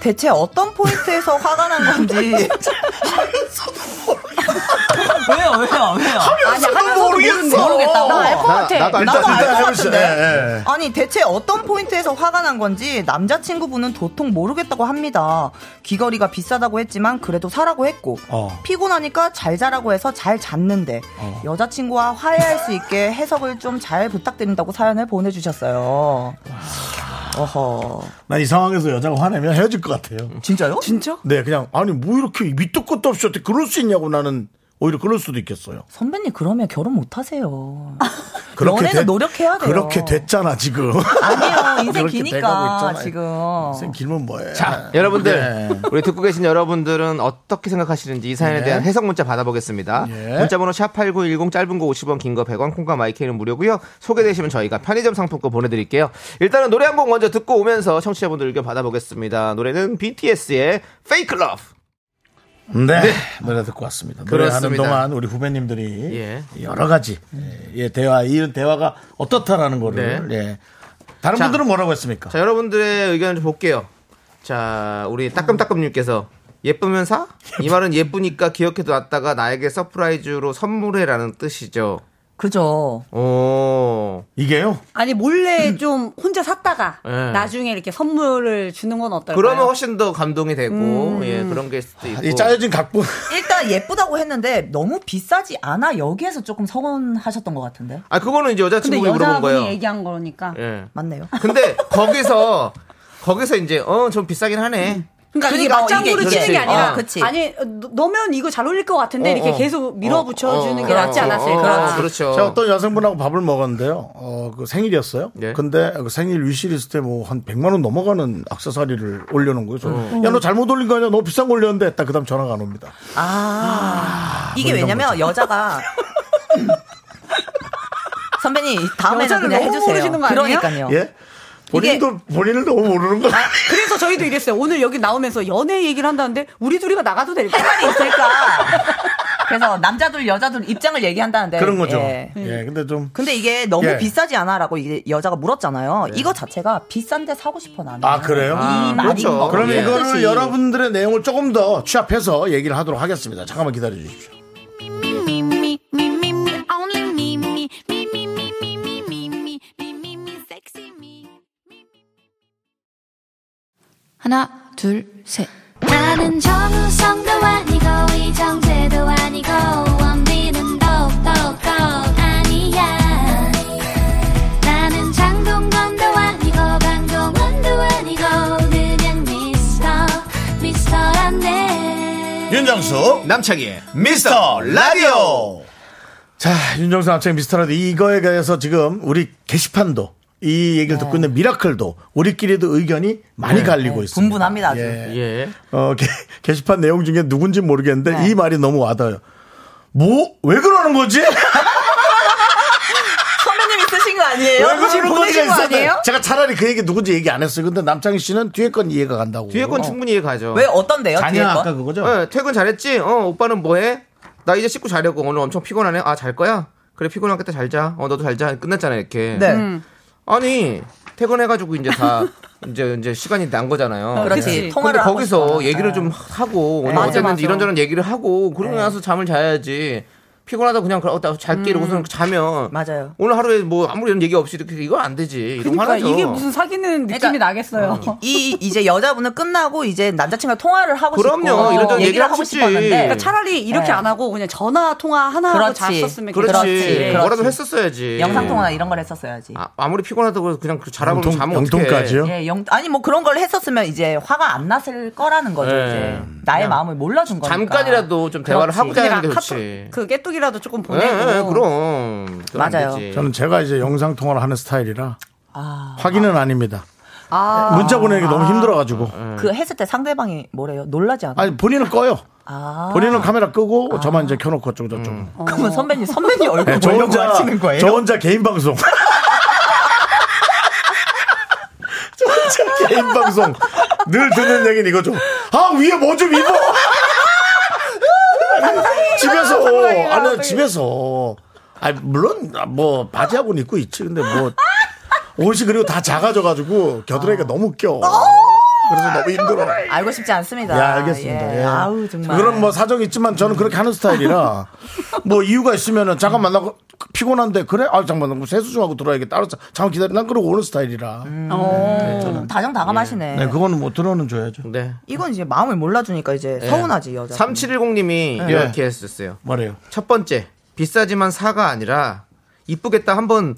대체 어떤 포인트에서 [LAUGHS] 화가 난 건지. 왜요, 왜요, 왜요? 아, 아니, 하면서도 모르겠어. 모르겠다고? 뭐 나 알 것 나- 대체 나도 나도, 일단- 일단 알 것 해보시죠. 같은데 예, 예. 아니 대체 어떤 포인트에서 화가 난 건지 남자친구분은 도통 모르겠다고 합니다 귀걸이가 비싸다고 했지만 그래도 사라고 했고 어. 피곤하니까 잘 자라고 해서 잘 잤는데 여자친구와 화해할 수 있게 해석을 좀 잘 부탁드린다고 사연을 보내주셨어요 어허 난 이 상황에서 여자가 화내면 헤어질 것 같아요. 진짜요? 진짜? 네, 그냥 아니 뭐 이렇게 밑도 끝도 없이 어떻게 그럴 수 있냐고 나는 오히려 그럴 수도 있겠어요. 선배님 그러면 [LAUGHS] 결혼 못하세요 연애는 됐- 노력해야 돼요 그렇게 됐잖아 지금. 아니요 인생 그렇게 돼가고 기니까 있잖아요. 지금 인생 길면 뭐예요? 자, 여러분들, 네. 우리 듣고 계신 여러분들은 어떻게 생각하시는지 이 사연에 네. 대한 해석 문자 받아보겠습니다. 예. 문자번호 샵8910 짧은 거 50원, 긴 거 100원, 콩과 마이크는 무료고요 소개되시면 저희가 편의점 상품권 보내드릴게요. 일단은 노래 한 곡 먼저 듣고 오면서 청취자분들 의견 받아보겠습니다. 노래는 BTS의 Fake Love. 네. 노래 듣고 왔습니다. 노래하는 그렇습니다. 동안 우리 후배님들이 예. 여러 가지 예, 대화 이런 대화가 어떻다라는 거를 예. 다른 네. 자. 분들은 뭐라고 했습니까? 자, 여러분들의 의견을 좀 볼게요. 자, 우리 따끔따끔님께서 예쁘면 사? 이 말은 예쁘니까 기억해놨다가 나에게 서프라이즈로 선물해라는 뜻이죠. 그죠 오, 이게요? 아니 몰래 좀 혼자 샀다가 예. 나중에 이렇게 선물을 주는 건 어떨까요? 음. 그러면 훨씬 더 감동이 되고 예 그런 게 있을 수도 있고 아, 이 짜여진 각본 일단 예쁘다고 했는데 너무 비싸지 않아 여기에서 조금 서운하셨던 것 같은데 아 그거는 이제 근데 여자친구분이 물어본 여자분이 거예요 얘기한 거니까 예 맞네요. 근데 거기서 거기서 이제 어 좀 비싸긴 하네 그러니까, 이게 그러니까 막장으로 이게 치는 게 그렇지. 아니라 어. 그치. 아니 너- 너면 이거 잘 어울릴 것 같은데 어, 이렇게 어. 계속 어, 밀어붙여 주는 어, 게 낫지 어, 어, 않았을까? 어, 그렇죠 [LAUGHS] 제가 어떤 여성분하고 밥을 먹었는데요. 어, 그 생일이었어요. 예. 근데 그 생일 위시리스트에 뭐 한 100만 원 넘어가는 악세사리를 올려놓은 거예요. 저는. 어. 야, 너 잘못 올린 거 아니야? 너 비싼 거 올렸는데. 딱 그다음 전화가 안 옵니다. 아, 이게 왜냐면 여자가 [LAUGHS] 선배님 다음에는 여자를 그냥 너무 해주세요. 모르시는 거 아니에요? 그러니까요. 예? 본인도 본인을 너무 모르는 거. 아니에요? 그래서 저희도 이랬어요. 오늘 여기 나오면서 연애 얘기를 한다는데 우리 둘이가 나가도 될까? 그러니까 네, 그래서 남자들 여자들 입장을 [LAUGHS] 얘기한다는데 그런 거죠. 예. 예. 근데 좀 근데 이게 너무 예. 비싸지 않아라고 이게 여자가 물었잖아요. 이거 자체가 비싼데 사고 싶어 나는. 예. 아, 그래요? 이 말인 그렇죠. 거. 그럼 예. 이거를 어, 그렇지. 여러분들의 내용을 조금 더 취합해서 얘기를 하도록 하겠습니다. 잠깐만 기다려 주십시오. Me, me, me, me, me, only me, me, me, me, me, me, me, me, me, me, me, me, sexy me. 하나, 둘, 셋. 나는 정우성도 아니고 이정재도 아니고 원빈은 더욱더 아니야 나는 장동건도 아니고 강동원도 아니고 그냥 미스터 미스터란데 윤정수 남창희의 미스터 라디오. 자, 윤정수 남창 미스터 라디오 이거에 대해서 지금 우리 게시판도 이 네. 얘기를 듣고 있는 미라클도 우리끼리도 의견이 많이 갈리고 있습니다. 네. 분분합니다, 아주. 예. 예 어, 게, 게시판 내용 중에 누군지 모르겠는데 네. 이 말이 너무 와닿아요. 뭐? 왜 그러는 거지? 선배님 있으신 거 [LAUGHS] 아니에요? 왜 지금 그러는 보내신 거 거지가 있었요 아니에요? 제가 차라리 그 얘기 누군지 얘기 안 했어요. 근데 남창희 씨는 뒤에 건 이해가 간다고. 뒤에 건 충분히 이해가죠 어. 왜 어떤데요? 뒤에 네. 아니야, 거? 아까 그거죠? 네. 예, 퇴근 잘했지 어 오빠는 뭐해 나 이제 씻고 자려고 오늘 엄청 피곤하네 아 잘 거야 그래 피곤하겠다 잘자어 너도 잘자 끝났잖아 이렇게 네. 아니 퇴근해가지고 이제 [LAUGHS] 다 이제 이제 시간이 난 거잖아요 어, 그렇지. 근데 통화를 하고 거기서 싶잖아. 얘기를 예. 좀 하고 오늘 맞아, 어쨌는지 맞아. 네. 이런저런 얘기를 하고 그러고 나서 잠을 자야지 피곤하다 그냥 그러- 어, 나 잘게 이러고서 자면 음. 맞아요. 오늘 하루에 뭐 아무리 이런 얘기 없이 이렇게 이건 안 되지 이런 그러니까 화나죠 이게 무슨 사귀는 느낌이 그러니까- 나겠어요. 이 이제 여자분은 끝나고 이제 남자친구랑 통화를 하고 그럼요. 싶고 어, 이런저런 얘기를 하고 하고 싶지. 싶었는데 그러니까 차라리 이렇게 네. 안 하고 그냥 전화 통화 하나 하고 그렇지. 잤었으면 그렇지. 그렇지. 뭐라도 했었어야지 영상 통화나 이런 걸 했었어야지. 아, 아무리 피곤하다고 그냥 그 아, 자라고 영통- 자면 영통까지요? 예, 영, 아니 뭐 그런 걸 했었으면 이제 화가 안 났을 거라는 거죠. 예. 이제 나의 마음을 몰라준 거니까. 잠깐이라도 좀 대화를 그렇지. 하고자 하는 게 카톡 좋지 그 깨뚝이라도 조금 예, 보내고 예, 그럼 그건 안 네. 맞아요. 되지. 저는 제가 이제 영상 통화를 하는 스타일이라 아, 확인은 아닙니다. 아, 문자 보내기 너무 힘들어가지고. 네. 그 했을 때 상대방이 뭐래요? 놀라지 않아? 아니 본인은 꺼요. 아. 본인은 카메라 끄고 저만 이제 켜놓고 어쩌고 저쩌고. 그러면 선배님 선배님 얼굴 네, 저 보려고 혼자 하시는 거예요? 저 혼자 개인 방송. [LAUGHS] 저 혼자 개인 방송. 늘 듣는 얘기는 이거죠. 아 위에 뭐 좀 [LAUGHS] 입어. 집에서 아니 네, 집에서. 아 물론 뭐 바지하고는 입고 있지. 근데 뭐 옷이 그리고 다 작아져가지고 겨드랑이가 너무 껴. 그래서 너무 힘들어. 알고 싶지 않습니다. 야, 알겠습니다. 예. 예. 아우 정말. [LAUGHS] 그런 뭐 사정이 있지만 저는 그렇게 하는 스타일이라 뭐 이유가 있으면은 뭐 잠깐만 나 그- 피곤한데 그래? 아 잠깐만 나 세수 좀 하고 들어야겠다. 알았어. 잠깐 기다려. 난 그러고 오는 스타일이라. 어, 음. 다정다감하시네. 네, 그거는 뭐 들어는 줘야죠. 네. 이건 이제 마음을 몰라주니까 이제 네. 서운하지 여자. 3710님이 네. 이렇게 했었어요. 말해요. 첫 번째, 비싸지만 사가 아니라 이쁘겠다 한번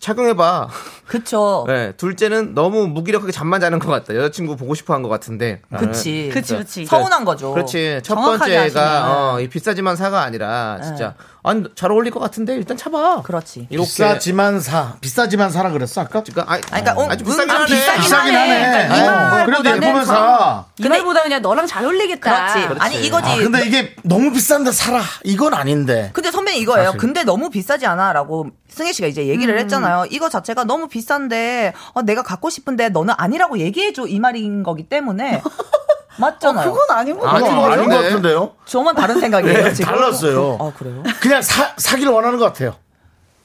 착용해봐. 그쵸. 네. 둘째는 너무 무기력하게 잠만 자는 것 같다. 여자친구 보고 싶어 한 것 같은데. 그치. 네. 그치, 그치. 서운한 거죠. 그렇지. 첫 정확하게 번째가 하시네. 어, 이 비싸지만 사가 아니라 진짜 아니 잘 어울릴 것 같은데 일단 차봐. 그렇지. 이렇게. 비싸지만 사. 비싸지만 사라 그랬어 아까? 그러니까 아, 아니, 그러니까 어, 아주 음, 비싸긴 아, 하네. 비싸긴 비싸긴 하네. 하네. 그러니까 어, 이만한 그래도 거는 예쁘면 참- 사. 그날보다 그냥 너랑 잘 어울리겠다. 그렇지. 아니 이거지. 아, 근데 이게 너무 비싼데 사라. 이건 아닌데. 근데 선배님 이거예요. 사실. 근데 너무 비싸지 않아라고 승혜 씨가 이제 얘기를 했잖아요. 이거 자체가 너무 비싼데 어, 내가 갖고 싶은데 너는 아니라고 얘기해줘 이 말인 거기 때문에 맞잖아요. 그건 아닌 거 아, 같아요. 닌 아닌데. 것 같은데요? 저만 다른 생각이에요 네, 지금. 달랐어요. 아 그래요? 그냥 사, 사기를 원하는 것 같아요.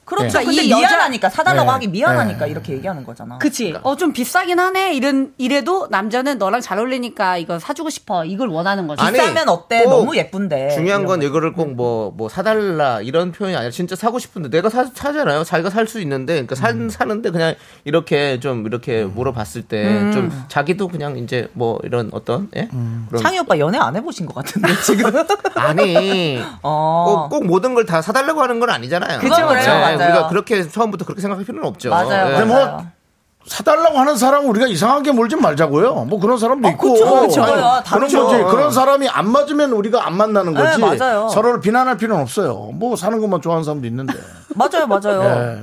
그렇죠. 네. 근데 이 여자- 미안하니까 사달라고 네. 하기 미안하니까 네. 이렇게 얘기하는 거잖아. 그러니까. 그치. 어, 좀 비싸긴 하네. 이런, 이래도 남자는 너랑 잘 어울리니까 이거 사주고 싶어. 이걸 원하는 거지. 아니, 비싸면 어때? 꼭 너무 예쁜데. 중요한 이런 건 음. 거. 이거를 꼭 뭐 뭐 사달라 이런 표현이 아니라 진짜 사고 싶은데 내가 사, 사잖아요. 자기가 살 수 있는데 그러니까 산 음. 사는데 그냥 이렇게 좀 이렇게 물어봤을 때 음. 좀 자기도 그냥 이제 뭐 이런 어떤 예? 음. 그런 창희 오빠 연애 안 해보신 것 같은데 지금. 아니 [LAUGHS] 어. 꼭, 꼭 모든 걸 다 사달라고 하는 건 아니잖아요. 그쵸, 그쵸. 예, 맞아요. 우리가 그렇게 처음부터 그렇게 생각할 필요는 없죠. 맞아요. 예. 맞아요. 뭐 사달라고 하는 사람 우리가 이상하게 몰지 말자고요. 뭐 그런 사람도 있고. 어, 그쵸, 그쵸. 아니, 뭐야, 그런 다르죠. 어. 거지. 그런 사람이 안 맞으면 우리가 안 만나는 네, 거지. 맞아요. 서로를 비난할 필요는 없어요. 뭐 사는 것만 좋아하는 사람도 있는데. 맞아요, 맞아요. 예.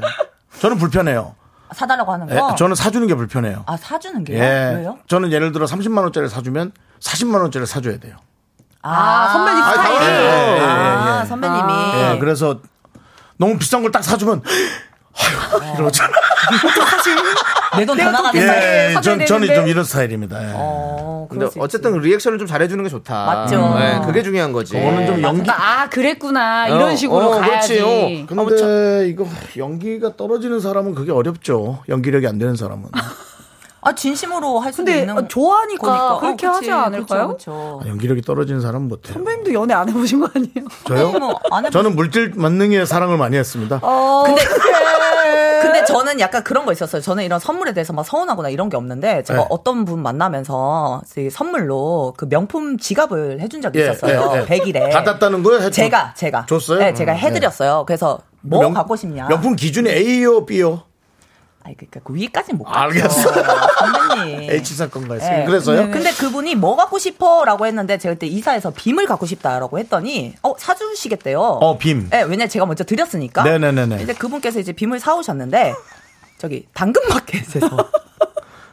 저는 불편해요. 사달라고 하는 예, 거. 저는 사주는 게 불편해요. 아 사주는 게요? 예. 왜요? 저는 예를 들어 30만 원짜리 사주면 40만 원짜리 사줘야 돼요. 아, 선배님 아, 스타일이. 당연해요. 예, 아, 예, 예. 선배님이. 예, 그래서 너무 비싼 걸 딱 사주면 아휴 이러잖아. 내돈더 예, 나가겠다. 예, 전 저는 좀 이런 스타일입니다. 예. 네, 어, 근데 그럴 수 어쨌든 리액션을 좀 잘해주는 게 좋다. 맞죠. 예, 그게 중요한 거지. 그거는 좀 네, 연기 아, 그랬구나. 어, 이런 식으로 어, 가야지. 그렇지, 어. 근데 이거 연기가 떨어지는 사람은 그게 어렵죠. 연기력이 안 되는 사람은 아, 진심으로 할 수도 근데 있는 어, 좋아하니까 그치. 그렇게 하지 않을까요? 그렇죠. 아, 연기력이 떨어지는 사람은 못해요. 선배님도 연애 안 해보신 거 아니에요? 네. 저요? [LAUGHS] 뭐, 안 해보- 저는 물질 만능에 사랑을 많이 했습니다. 어, [LAUGHS] 근데 근데 저는 약간 그런 거 있었어요. 저는 이런 선물에 대해서 막 서운하거나 이런 게 없는데 제가 네. 어떤 분 만나면서 이 선물로 그 명품 지갑을 해준 적이 예, 있었어요. 예, 예. 100일에 받았다는 거예요? 해줘- 제가 제가 줬어요? 네, 제가 음, 해드렸어요. 그래서 뭐 명- 갖고 싶냐? 명품 네. 기준이 A요, B요? 아니 그러니까 그 위까지 못 갔죠. 알겠어요. 네. 선배님. [LAUGHS] H 살 건가요? 예. 그래서요? 근데 그분이 뭐 갖고 싶어라고 했는데 제가 그때 이사해서 빔을 갖고 싶다라고 했더니 어 사주시겠대요. 어, 빔. 네. 예, 왜냐 제가 먼저 드렸으니까. 네네네네. 이제 그분께서 이제 빔을 사오셨는데 저기 [LAUGHS] 당근마켓에서.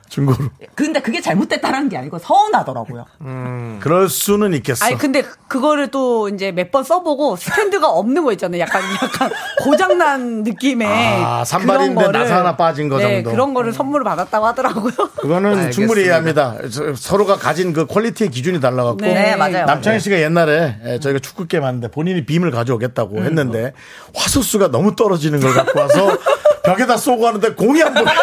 중고로. 근데 그게 잘못됐다는 게 아니고 서운하더라고요. 그럴 수는 있겠어. 음. 아니 근데 그거를 또 이제 몇 번 써보고 스탠드가 없는 거 있잖아요. 약간 약간 고장난 느낌의 아, 그런 산발인데 거를 나사 하나 빠진 거 네, 정도. 그런 거를 선물을 받았다고 하더라고요. 그거는 충분히 이해합니다. 저- 서로가 가진 그 퀄리티의 기준이 달라갖고. 네. 네, 맞아요. 남창희 씨가 옛날에 예, 저희가 축구 게임 하는데 본인이 빔을 음. 가져오겠다고 했는데 화소수가 너무 떨어지는 걸 갖고 [LAUGHS] 와서 벽에다 쏘고 하는데 공이 안 보여. [LAUGHS]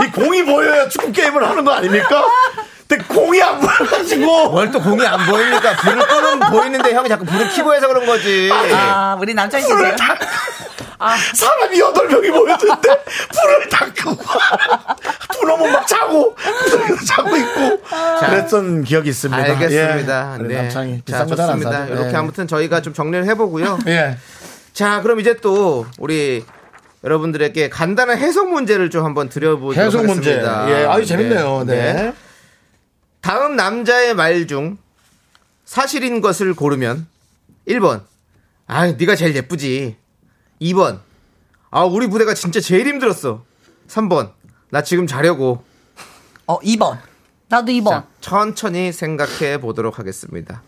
이 공이 보여야 축구 게임을 하는 거 아닙니까? 근데 공이 안 보여가지고 뭘 또 공이 안 보이니까 불을 끄는 보이는데 형이 자꾸 불을 켜고 해서 그런 거지. 아, 우리 남창희 씨. 불을 이제- 다 아. 사람이 여덟 명이 모였는데 불을 다 [LAUGHS] 끄고 두놈은 막 자고 자고 있고 그랬던 기억이 있습니다. 알겠습니다. 예. 그래, 네. 남창희 자, 비싼 거잘 안 좋습니다. 사죠. 이렇게 예. 아무튼 저희가 좀 정리를 해보고요. 예. 자, 그럼 이제 또 우리 여러분들에게 간단한 해석 문제를 좀 한번 드려보도록 해석 문제. 하겠습니다. 예, 아유 재밌네요. 네. 다음 남자의 말 중 사실인 것을 고르면 1번. 아, 네가 제일 예쁘지. 2번. 아, 우리 부대가 진짜 제일 힘들었어. 3번. 나 지금 자려고. 어, 2번. 나도 이번 자, 천천히 생각해 보도록 하겠습니다.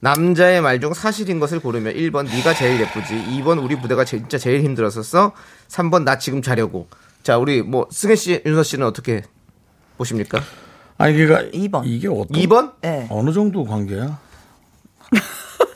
남자의 말 중 사실인 것을 고르면 1번 네가 제일 예쁘지 2번 우리 부대가 진짜 제일 힘들었었어 3번 나 지금 자려고 자 우리 뭐 승혜 씨 윤서 씨는 어떻게 보십니까 아니 그러니까 이번. 이게 어떤 2번 예. 어느 정도 관계야?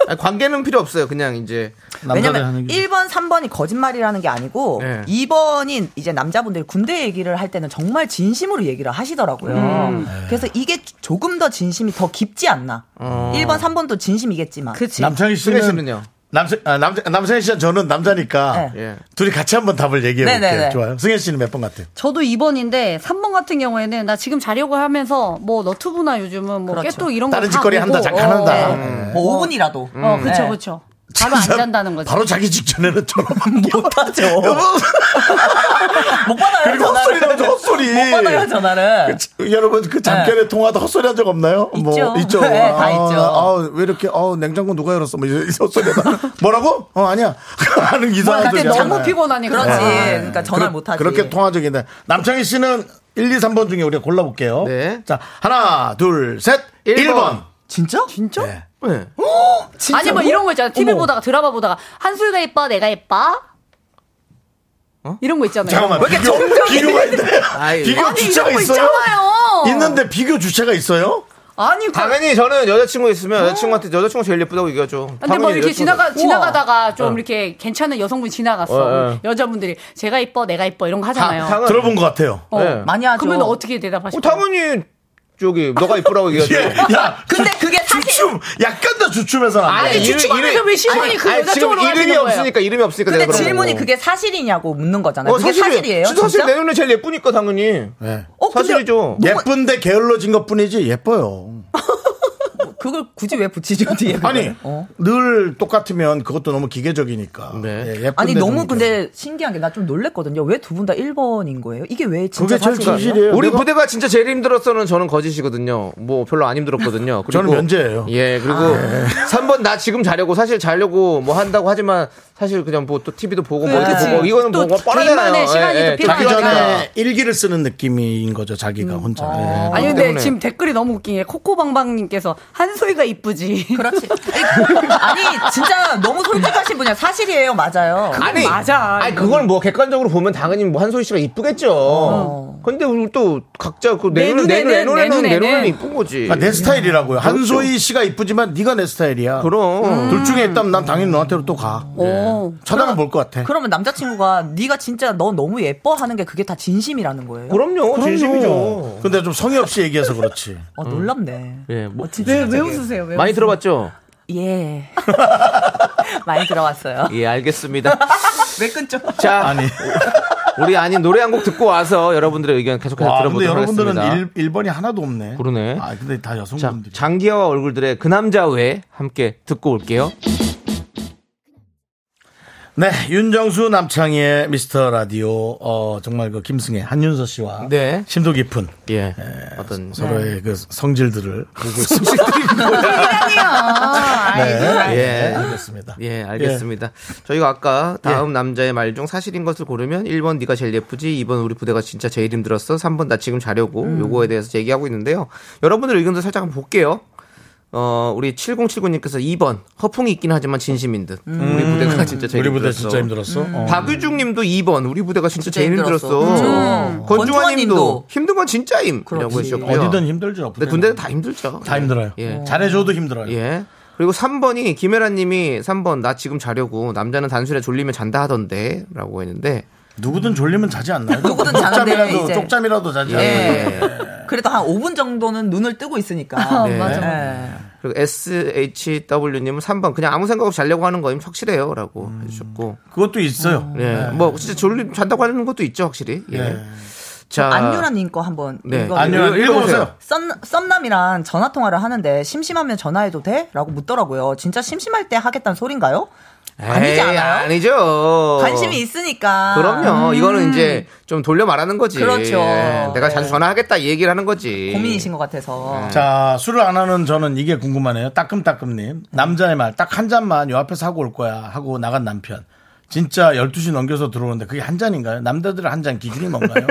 아니, 관계는 필요 없어요 그냥 이제 남자들 하는 왜냐면 게. 1번, 3번이 거짓말이라는 게 아니고 네. 2번인 이제 남자분들이 군대 얘기를 할 때는 정말 진심으로 얘기를 하시더라고요. 음. 그래서 이게 조금 더 진심이 더 깊지 않나. 1번, 3번도 진심이겠지만. 그치. 남창희 승혜 씨는 씨는요 남세, 아, 남세, 남세 씨와 저는 남자니까 예. 둘이 같이 한번 답을 얘기해 볼게요. 네네네. 좋아요. 승현 씨는 몇 번 같아요? 저도 2번인데 3번 같은 경우에는 나 지금 자려고 하면서 뭐 너튜브나 요즘은 뭐 깨또 이런 다른 거다 짓거리 보고, 한다, 잠깐 어, 한다. 네. 음. 그렇죠. 뭐 5분이라도. 네. 어, 그쵸, 그쵸. 바로 안 잔다는 거지. 바로 자기 직전에는 [LAUGHS] 저런 어. 못하죠. 못 받아요. 그리고 헛소리 나죠 헛소리. 못 받아요, 전화를. 그, 여러분 그 잠결에 통화도 헛소리한 적 없나요? 있죠. 뭐 있죠. 네, 다 있죠. 아, 왜 이렇게 아, 냉장고 누가 열었어? 뭐 이런 헛소리하다. 뭐라고? 어 아니야. [LAUGHS] 하는 뭐, 뭐 이상한 소리. 하잖아요. 그렇지. 네. 그러니까 전화를 그렇- 못 하지. 그렇게 통화적인데 남창희 씨는 1, 2, 3번 중에 우리가 골라볼게요. 네. 자 하나, 둘, 셋, 1번. 진짜? 진짜? 네. 네. 아니 뭐 이런 거 있잖아. TV 보다가 드라마 보다가 한술가 예뻐, 내가 예뻐. 이런 거 있잖아요. 잠깐만. 왜 이렇게 비교, 정적이- 비교가 있네. 아이. 비교 아니, 주체가 이런 거 있어요? 있잖아요. 있는데 비교 주체가 있어요? 아니 그- 당연히 저는 여자친구 있으면 여자친구한테 여자친구 제일 예쁘다고 얘기하죠. 근데 뭐 당연히 이렇게 여자친구가. 지나가 지나가다가 좀 어. 이렇게 괜찮은 여성분 이 지나갔어. 어, 어. 여자분들이 제가 이뻐, 내가 이뻐 이런 거 하잖아요. 다- 당연히. 들어본 것 같아요. 어, 네. 많이 하죠. 그러면 어떻게 대답하시죠? 어, 당연히 저기 너가 이쁘라고 예, 얘기하죠. 야, 네. 근데 그게 사실 주춤. 약간 더 주춤해서 안 돼. [LAUGHS] 아니, 네, 이름이- 주춤하면서 이름이- 왜 시선이 아니, 그 아니, 여자 지금 쪽으로 가시는 이름이 거예요? 없으니까 이름이 없으니까 근데 내가 그런 질문이 거고. 그게 사실이냐고 묻는 거잖아요. 어, 그게 사실이- 사실이에요. 진짜 사실 진짜? 내 눈에 제일 예쁘니까 당연히 네. 어, 근데 사실이죠. 예쁜데 게을러진 것 뿐이지 예뻐요. 그걸 굳이 왜 붙이죠 뒤에? 그걸? 아니 어. 늘 똑같으면 그것도 너무 기계적이니까. 네. 예, 예쁜데 아니 좀 너무 근데 신기한 게 나 좀 놀랬거든요. 왜 두 분 다 1번인 거예요? 이게 왜 진짜 네, 그게 제일 사실이에요? 진실이에요. 우리 내가- 부대가 진짜 제일 힘들었어는 저는 거짓이거든요. 뭐 별로 안 힘들었거든요. 그리고- 저는 면제예요. 예, 그리고 3번 나 지금 자려고 사실 자려고 뭐 한다고 하지만 사실 그냥 뭐 또 TV도 보고 뭐 이렇게 보고 이거는 또 뭔가 뻔하잖아요. 예, 개인만의 시간이 또 자기 필요하니까. 전에 네, 일기를 쓰는 느낌인 거죠 자기가 혼자. 예. 아니 근데 때문에. 지금 댓글이 너무 웃긴 게 코코방방님께서 한소희가 이쁘지. [LAUGHS] 그렇지. 아니 진짜 너무 솔직하신 분이야. 사실이에요, 맞아요. 아니, 맞아. 아니 그걸 뭐 객관적으로 보면 당연히 뭐 한소희 씨가 이쁘겠죠. 근데 우리 또 각자 그 내 내 눈에 내 눈에는, 눈에 내 눈에는 내 내 눈에는. 눈에는 이쁜 거지. 아, 내 스타일이라고요. 한소희 씨가 이쁘지만 네가 내 스타일이야. 그렇죠. 그럼. 둘 중에 있다면 난 당연히 너한테로 또 가. 오. 네. 쳐다만 볼 것 같아. 어. 그러면 남자친구가 네가 진짜 너 너무 예뻐하는 게 그게 다 진심이라는 거예요. 그럼요. 진심이죠. 근데 좀 성의 없이 얘기해서 [LAUGHS] 그렇지. 아, 놀랍네. 예, 뭐- 어, 진짜 왜 갑자기. 웃으세요? 왜 많이 웃으세요? 들어봤죠? 예. [LAUGHS] 많이 들어왔어요. 예, 알겠습니다. 왜 끊죠? 자, 아니. [LAUGHS] 우리 아닌 노래 한 곡 듣고 와서 여러분들의 의견 계속해서 와, 근데 네, 들어보도록 여러분들은 하겠습니다. 1, 번이 하나도 없네. 그러네. 아, 근데 다 자, 여성분들이. 장기하와 얼굴들의 그 남자 외 함께 듣고 올게요. 네, 윤정수 남창희의 미스터 라디오. 어, 정말 그 김승혜, 한윤서 씨와 네. 심도 깊은 예. 어떤 서로의 그 성질들을 예. 네, 알겠습니다. 예, 알겠습니다. 저희가 아까 예. 다음 남자의 말 중 사실인 것을 고르면 1번 네가 제일 예쁘지, 2번 우리 부대가 진짜 제일 힘들었어, 3번 나 지금 자려고 음. 요거에 대해서 얘기하고 있는데요. 여러분들 의견도 살짝 한번 볼게요. 어, 우리 7079님께서 2번 허풍이 있긴 하지만 진심인 듯. 우리 부대가 진짜 음. 제일 우리 부대 힘들었어. 진짜 힘들었어. 어. 박유중 님도 2번 우리 부대가 진짜, 제일 힘들었어. 힘들었어. 권중환 님도 그쵸. 권중환 그렇죠. 님도. 힘든 건 진짜임. 이라고 그렇지. 해주셨고요. 어디든 힘들죠. 근데 군대는 다 힘들죠. 다 힘들어요. 예. 잘해줘도 힘들어요. 예. 그리고 3번이 김혜란 님이 3번 나 지금 자려고 남자는 단순히 졸리면 잔다 하던데 라고 했는데 누구든 졸리면 자지 않나요? 누구든 자는데 쪽잠이라도 이제. 쪽잠이라도 자지 예. 않나요? 음. 그래도 한 5분 정도는 눈을 뜨고 있으니까. 네. 예. 그리고 SHW 님은 3번 그냥 아무 생각 없이 자려고 하는 거임 확실해요 라고 음. 해주셨고 그것도 있어요. 예. 뭐 진짜 졸리 잔다고 하는 것도 있죠 확실히. 예. 예. 자. 안유라님 거 한번 네. 읽어. 아니요, 읽어보세요. 읽어보세요. 썸, 썸남이랑 전화 통화를 하는데 심심하면 전화해도 돼? 라고 묻더라고요. 진짜 심심할 때 하겠다는 소린가요? 아니지 에이, 않아요? 아니죠. 뭐. 관심이 있으니까. 그럼요. 이거는 이제 좀 돌려 말하는 거지. 아, 음. 그렇죠. 예, 내가 자주 네. 전화하겠다 이 얘기를 하는 거지. 고민이신 것 네. 같아서. 자, 술을 안 하는 저는 이게 궁금하네요. 따끔따끔님. 남자의 말, 딱 한 잔만 요 앞에서 하고 올 거야. 하고 나간 남편. 진짜 12시 넘겨서 들어오는데 그게 한 잔인가요? 남자들의 한 잔 기준이 뭔가요?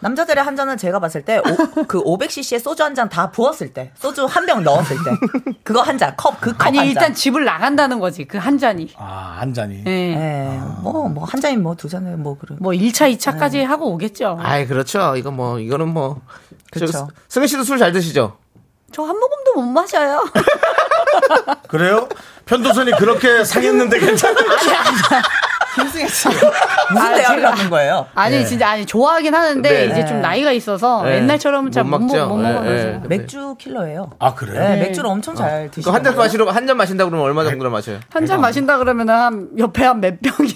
남자들의 한 잔은 제가 봤을 때, 오- 그 500cc에 소주 한 잔 다 부었을 때, 소주 한 병 넣었을 때, 그거 한 잔, 컵, 그 컵 한 아니 잔. 일단 집을 나간다는 거지. 그 한 잔이. 아, 한 잔이. 예. 예, 아. 뭐, 뭐, 한 잔이 뭐, 두 잔에 뭐, 그런. 뭐 1차, 2차까지 하고 오겠죠. 아이, 그렇죠. 이거 뭐, 이거는 뭐. 그렇죠. 저기 승희 씨도 술 잘 드시죠? 저 한 모금도 못 마셔요. [LAUGHS] 그래요? 편도선이 그렇게 상했는데 괜찮아요? 김승희 씨. [LAUGHS] 무슨 대화를 제가- 하는 거예요? 아, 아니 예. 진짜 아니 좋아하긴 하는데 네. 이제 좀 네. 나이가 있어서 예. 옛날처럼 잘 못 먹어 예, 못 먹어요. 요즘. 네. 맥주 킬러예요. 아 그래요? 네, 맥주를 엄청 잘 드시고 그 한잔 마시러 한 잔 마신다 그러면 얼마 정도나 마셔요? 한잔 마신다 그러면 한 옆에 한 몇 병이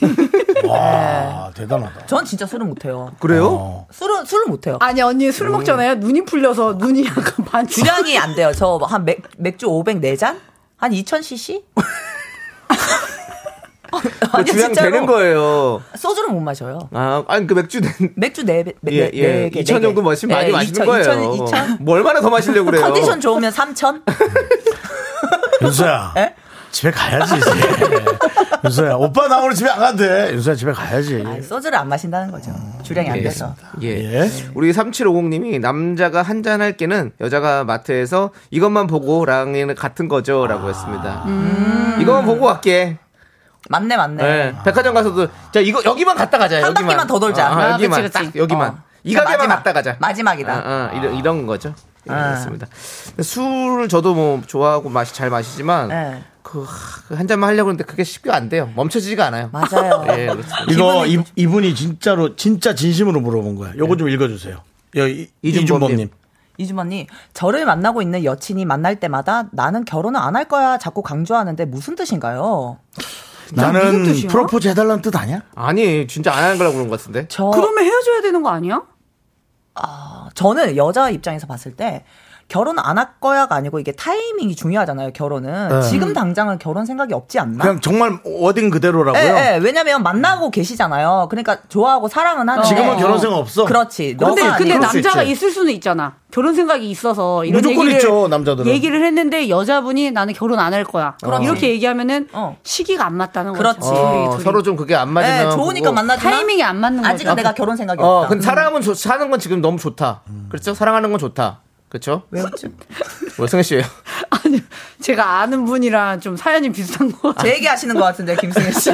네. 와 대단하다. 전 진짜 술을 못해요. 어? 그래요? 어. 술은 술을 못해요. 네. 아니 언니 술 먹잖아요. 눈이 풀려서 눈이 [LAUGHS] 약간 반 주량이 안 돼요. 저뭐 한 맥주 500 4잔한 2000cc? [LAUGHS] 그 주량 되는 거예요. 소주를 못 마셔요. 아, 아니 그 맥주 된 맥주 네 배- 네 예, 네 예. 개, 2천 네 개. 정도 마시면 많이 예, 마시는 2000, 거예요. 2000, 2000. 뭐 얼마나 더 마시려고 그래요? 컨디션 좋으면 3000? 윤서야 집에 네. 가야지 [LAUGHS] 이제. 윤서야 오빠 나 오늘 집에 안 가도 돼. 윤서야 집에 가야지. 소주를 안 마신다는 거죠. 음, 주량이 안 돼서. 예. 우리 3750님이 남자가 한잔 할 게는 여자가 마트에서 이것만 보고랑 같은 아. 거죠라고 음. 했습니다. 음. 이것만 보고 갈게. 맞네, 맞네. 예. 백화점 가서도 자 이거 여기만 갔다 가자. 한 여기만. 바퀴만 더 돌자. 아, 아, 여기만 그치, 그치. 딱 여기만. 어. 이 자, 가게만 마지막. 갔다 가자. 마지막이다. 아, 아, 이런, 이런 거죠. 예, 아. 그렇습니다. 근데 술을 저도 뭐 좋아하고 마시 잘 마시지만 예. 그 한 잔만 하려고 하는데 그게 쉽게 안 돼요. 멈춰지지가 않아요. 맞아요. [LAUGHS] 예, 그렇습니다. 이거 이, 이분이 진짜로 진짜 진심으로 물어본 거야. 요거 좀 읽어주세요. 여, 이, 이준범님. 이주머니, 저를 만나고 있는 여친이 만날 때마다 나는 결혼을 안 할 거야 자꾸 강조하는데 무슨 뜻인가요? 나는 프로포즈 해달라는 뜻 아니야? 아니 진짜 안 하는 거라고 그런 것 같은데. 저 그러면 헤어져야 되는 거 아니야? 아, 저는 여자 입장에서 봤을 때 결혼 안 할 거야가 아니고 이게 타이밍이 중요하잖아요. 결혼은 네. 지금 당장은 결혼 생각이 없지 않나? 그냥 정말 워딩 그대로라고요. 예, 예. 왜냐면 만나고 계시잖아요. 그러니까 좋아하고 사랑은 하는데 지금은 결혼 생각 어. 없어. 그렇지. 근데 너가 근데 아니야. 그럴 수 남자가 있지. 있을 수는 있잖아. 결혼 생각이 있어서 이런 무조건 얘기를 있죠, 남자들은. 얘기를 했는데 여자분이 나는 결혼 안 할 거야. 그렇지. 이렇게 얘기하면은 어. 시기가 안 맞다는 그렇지. 거지. 어, 둘이. 서로 좀 그게 안 예, 맞으면 뭐 좋으니까 뭐 보고. 만나지만 타이밍이 안 맞는 거죠. 아직은 내가 결혼 생각이 어, 없다. 근데 사랑은 좋, 사는 건 지금 너무 좋다. 음. 그렇죠? 사랑하는 건 좋다. 그렇죠? 왜 웃지? 뭐 [LAUGHS] 승혜 씨예요. 아니 제가 아는 분이랑 좀 사연이 비슷한 거 같아요. 제 얘기 하시는 것 같은데 김승혜 씨.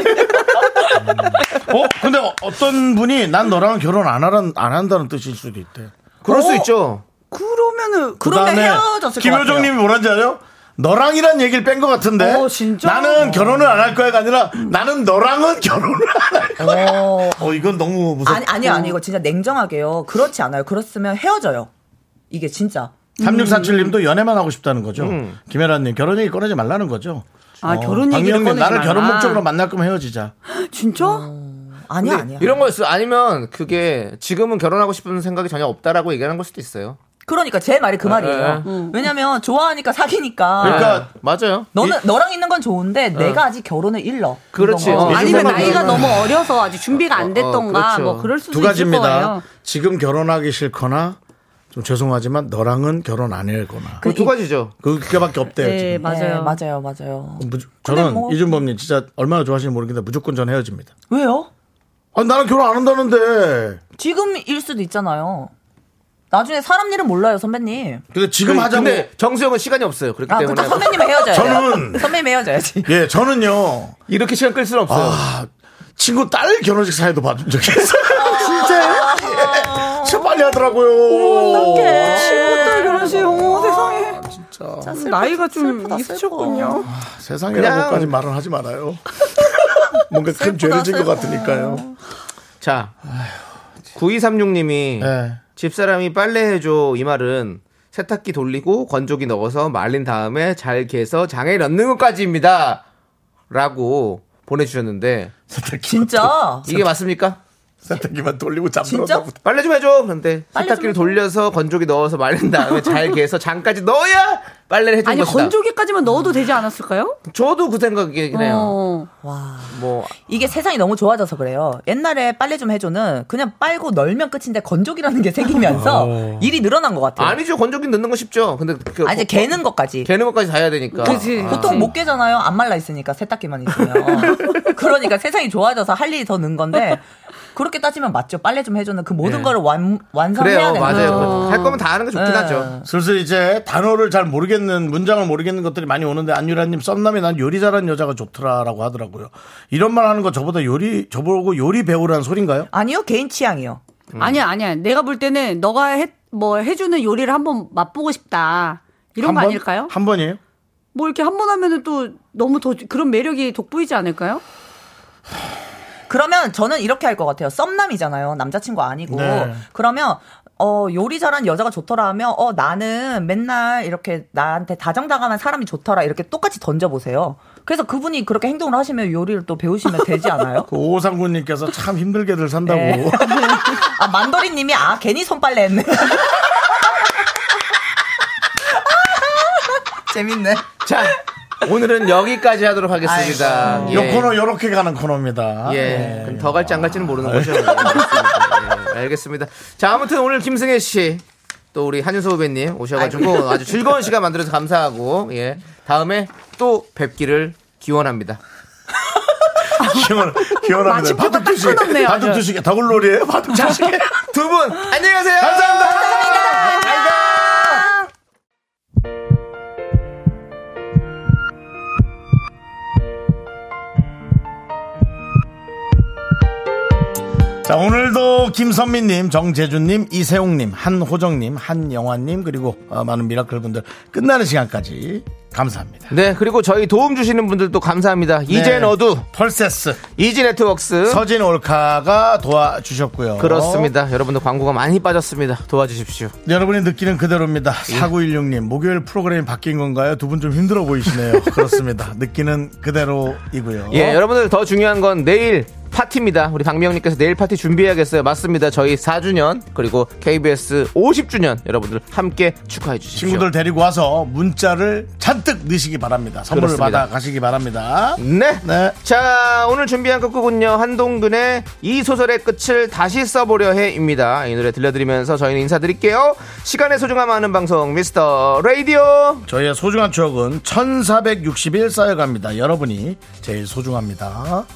어? 근데 어- 어떤 분이 난 너랑 결혼 안, 하란, 안 한다는 뜻일 수도 있대. 그럴 수 있죠. [LAUGHS] 어? 그러면은 그러면 그다음에 헤어졌을 것 같아요. 김효정님이 뭐라는지 알아요? 너랑이란 얘기를 뺀 것 같은데. 어, 진짜? 나는 결혼을 안 할 거야가 아니라 나는 너랑은 결혼을 안 할 거야. 어. 어, 이건 너무 무섭다. 아니 아니 아니 이거 진짜 냉정하게요. 그렇지 않아요. 그렇으면 헤어져요. 이게 진짜. 음. 3647님도 연애만 하고 싶다는 거죠. 김혜란님 결혼 얘기 꺼내지 말라는 거죠. 어, 아, 결혼 얘기를 박미영님, 꺼내지 나를 결혼 말라. 목적으로 만날 거면 헤어지자. 진짜? 아니야 아니야. 이런 거였어. 아니면 그게 지금은 결혼하고 싶은 생각이 전혀 없다라고 얘기하는 걸 수도 있어요. 그러니까 제 말이 그 말이에요. 왜냐면 좋아하니까 사귀니까. 아, 예. 그러니까 아, 맞아요. 너는 너랑 있는 건 좋은데 내가 아직 결혼을 일러. 어. 그렇지. 이런 거. 어, 아니면 요즘에는- 나이가 너무 어려서 아직 준비가 안 됐던가 그렇죠. 뭐 그럴 수도 두 있을 가지입니다. 거예요. 지금 결혼하기 싫거나 좀 죄송하지만 너랑은 결혼 안 할거나 그 두 가지로 가지죠. 그게밖에 없대요. 네 지금. 네, 맞아요. 맞아요, 맞아요. 무조- 저는 뭐- 이준범님 진짜 얼마나 좋아하시는지 모르겠는데 무조건 전 헤어집니다. 왜요? 아니 나는 결혼 안 한다는데. 지금일 수도 있잖아요. 나중에 사람 일은 몰라요, 선배님. 근데 지금 하자고. 그, 근데 정수영은 시간이 없어요. 그렇기 아, 그쵸 때문에 선배님은 헤어져야 돼요. 저는- [LAUGHS] 선배님 헤어져야지. 예, 저는요. 이렇게 시간 끌 수는 없어요. 아, 친구 딸 결혼식 사회도 봐준 적이 [LAUGHS] 있어요. 아, 진짜요? [LAUGHS] 예. 진짜 빨리 하더라고요. 네, 친구들 결혼식 아, 어머 세상에 나이가 좀 있으셨군요. 세상에라고까지 말은 하지 말아요. [LAUGHS] 뭔가 큰 죄를 진것 같으니까요. 자, 9236님이 네. 집사람이 빨래 해줘 이 말은 세탁기 돌리고 건조기 넣어서 말린 다음에 잘 개서 장에 넣는 것까지입니다. 라고 보내주셨는데 세탁기 진짜? 이게 맞습니까? 세탁기만 돌리고 진짜? 잠들었다. 빨래 좀 해줘. 그런데 빨래 세탁기를 좀 돌려서 건조기 넣어서 말린 다음에 잘 개서 장까지 넣어야 빨래를 해준 아니 것이다. 건조기까지만 넣어도 되지 않았을까요? 저도 그 생각이긴 해요. 어. 뭐 이게 세상이 너무 좋아져서 그래요. 옛날에 빨래 좀 해줘는 그냥 빨고 널면 끝인데 건조기라는 게 생기면서 일이 늘어난 것 같아요. 아니죠. 건조기 넣는 거 쉽죠. 근데 그, 아, 이제 개는 것까지. 개는 것까지 다 해야 되니까. 그치. 아. 보통 못 깨잖아요. 안 말라 있으니까 세탁기만 [LAUGHS] 있으면. 그러니까 세상이 좋아져서 할 일이 더 는 건데 그렇게 따지면 맞죠. 빨래 좀 해주는 그 모든 예. 거를 완, 완성해야 그래요. 되는 맞아요. 그렇죠. 어. 거죠. 할 거면 다 하는 게 좋긴 네. 하죠. 슬슬 이제 단어를 잘 모르겠는 문장을 모르겠는 것들이 많이 오는데 안유라님 썸남이 난 요리 잘하는 여자가 좋더라라고 하더라고요. 이런 말 하는 거 저보다 요리 저보고 요리 배우라는 소린가요? 아니요 개인 취향이요. 아니야 아니야 내가 볼 때는 너가 해, 뭐 해주는 요리를 한번 맛보고 싶다 이런 한 거 번? 아닐까요? 한 번이에요? 뭐 이렇게 한 번 하면은 또 너무 더 그런 매력이 돋보이지 않을까요? 그러면 저는 이렇게 할 것 같아요. 썸남이잖아요. 남자친구 아니고. 네. 그러면 어 요리 잘한 여자가 좋더라 하면 어 나는 맨날 이렇게 나한테 다정다감한 사람이 좋더라 이렇게 똑같이 던져보세요. 그래서 그분이 그렇게 행동을 하시면 요리를 또 배우시면 되지 않아요? 그 오상군님께서 참 힘들게들 산다고. [LAUGHS] 네. [LAUGHS] 아 만더리님이 아 괜히 손빨래 했네. [LAUGHS] 재밌네. 자, 오늘은 여기까지 하도록 하겠습니다. 요 코너 요렇게 가는 코너입니다. 예. 예. 그럼 더 갈지 안 갈지는 모르는 거죠. 예, 알겠습니다. 예, 알겠습니다. 자, 아무튼 오늘 김승혜 씨. 또 우리 한윤서 후배님 오셔가지고 아이고. 아주 즐거운 시간 만들어서 감사하고 예 다음에 또 뵙기를 기원합니다. 기원 기원합니다. 바둑 두식 바둑 두식 더글놀이에요. 바둑 두식 [LAUGHS] 두분 안녕히 가세요. 감사합니다. 자, 오늘도 김선미님, 정재준님, 이세웅님, 한호정님, 한영환님, 그리고 어, 많은 미라클 분들 끝나는 시간까지 감사합니다. 네, 그리고 저희 도움 주시는 분들도 네. 감사합니다. 이제 너두 펄세스 이지 네트웍스 서진 올카가 도와주셨고요. 그렇습니다. 여러분들 광고가 많이 빠졌습니다. 도와주십시오. 여러분이 느끼는 그대로입니다. 예. 4916님, 목요일 프로그램이 바뀐 건가요? 두 분 좀 힘들어 [LAUGHS] 보이시네요. 그렇습니다. 느끼는 그대로이고요. 예, 여러분들 더 중요한 건 내일 파티입니다. 우리 박미영님께서 내일 파티 준비해야겠어요. 맞습니다. 저희 4주년 그리고 KBS 50주년 여러분들 함께 축하해 주십시오. 친구들 데리고 와서 문자를 잔뜩 넣으시기 바랍니다. 선물을 그렇습니다. 받아 가시기 바랍니다. 네. 자, 오늘 준비한 끝곡은요. 한동근의 이 소설의 끝을 다시 써보려 해입니다. 이 노래 들려드리면서 저희는 인사드릴게요. 시간의 소중함 아는 방송 미스터 라디오. 저희의 소중한 추억은 1461 쌓여갑니다. 여러분이 제일 소중합니다.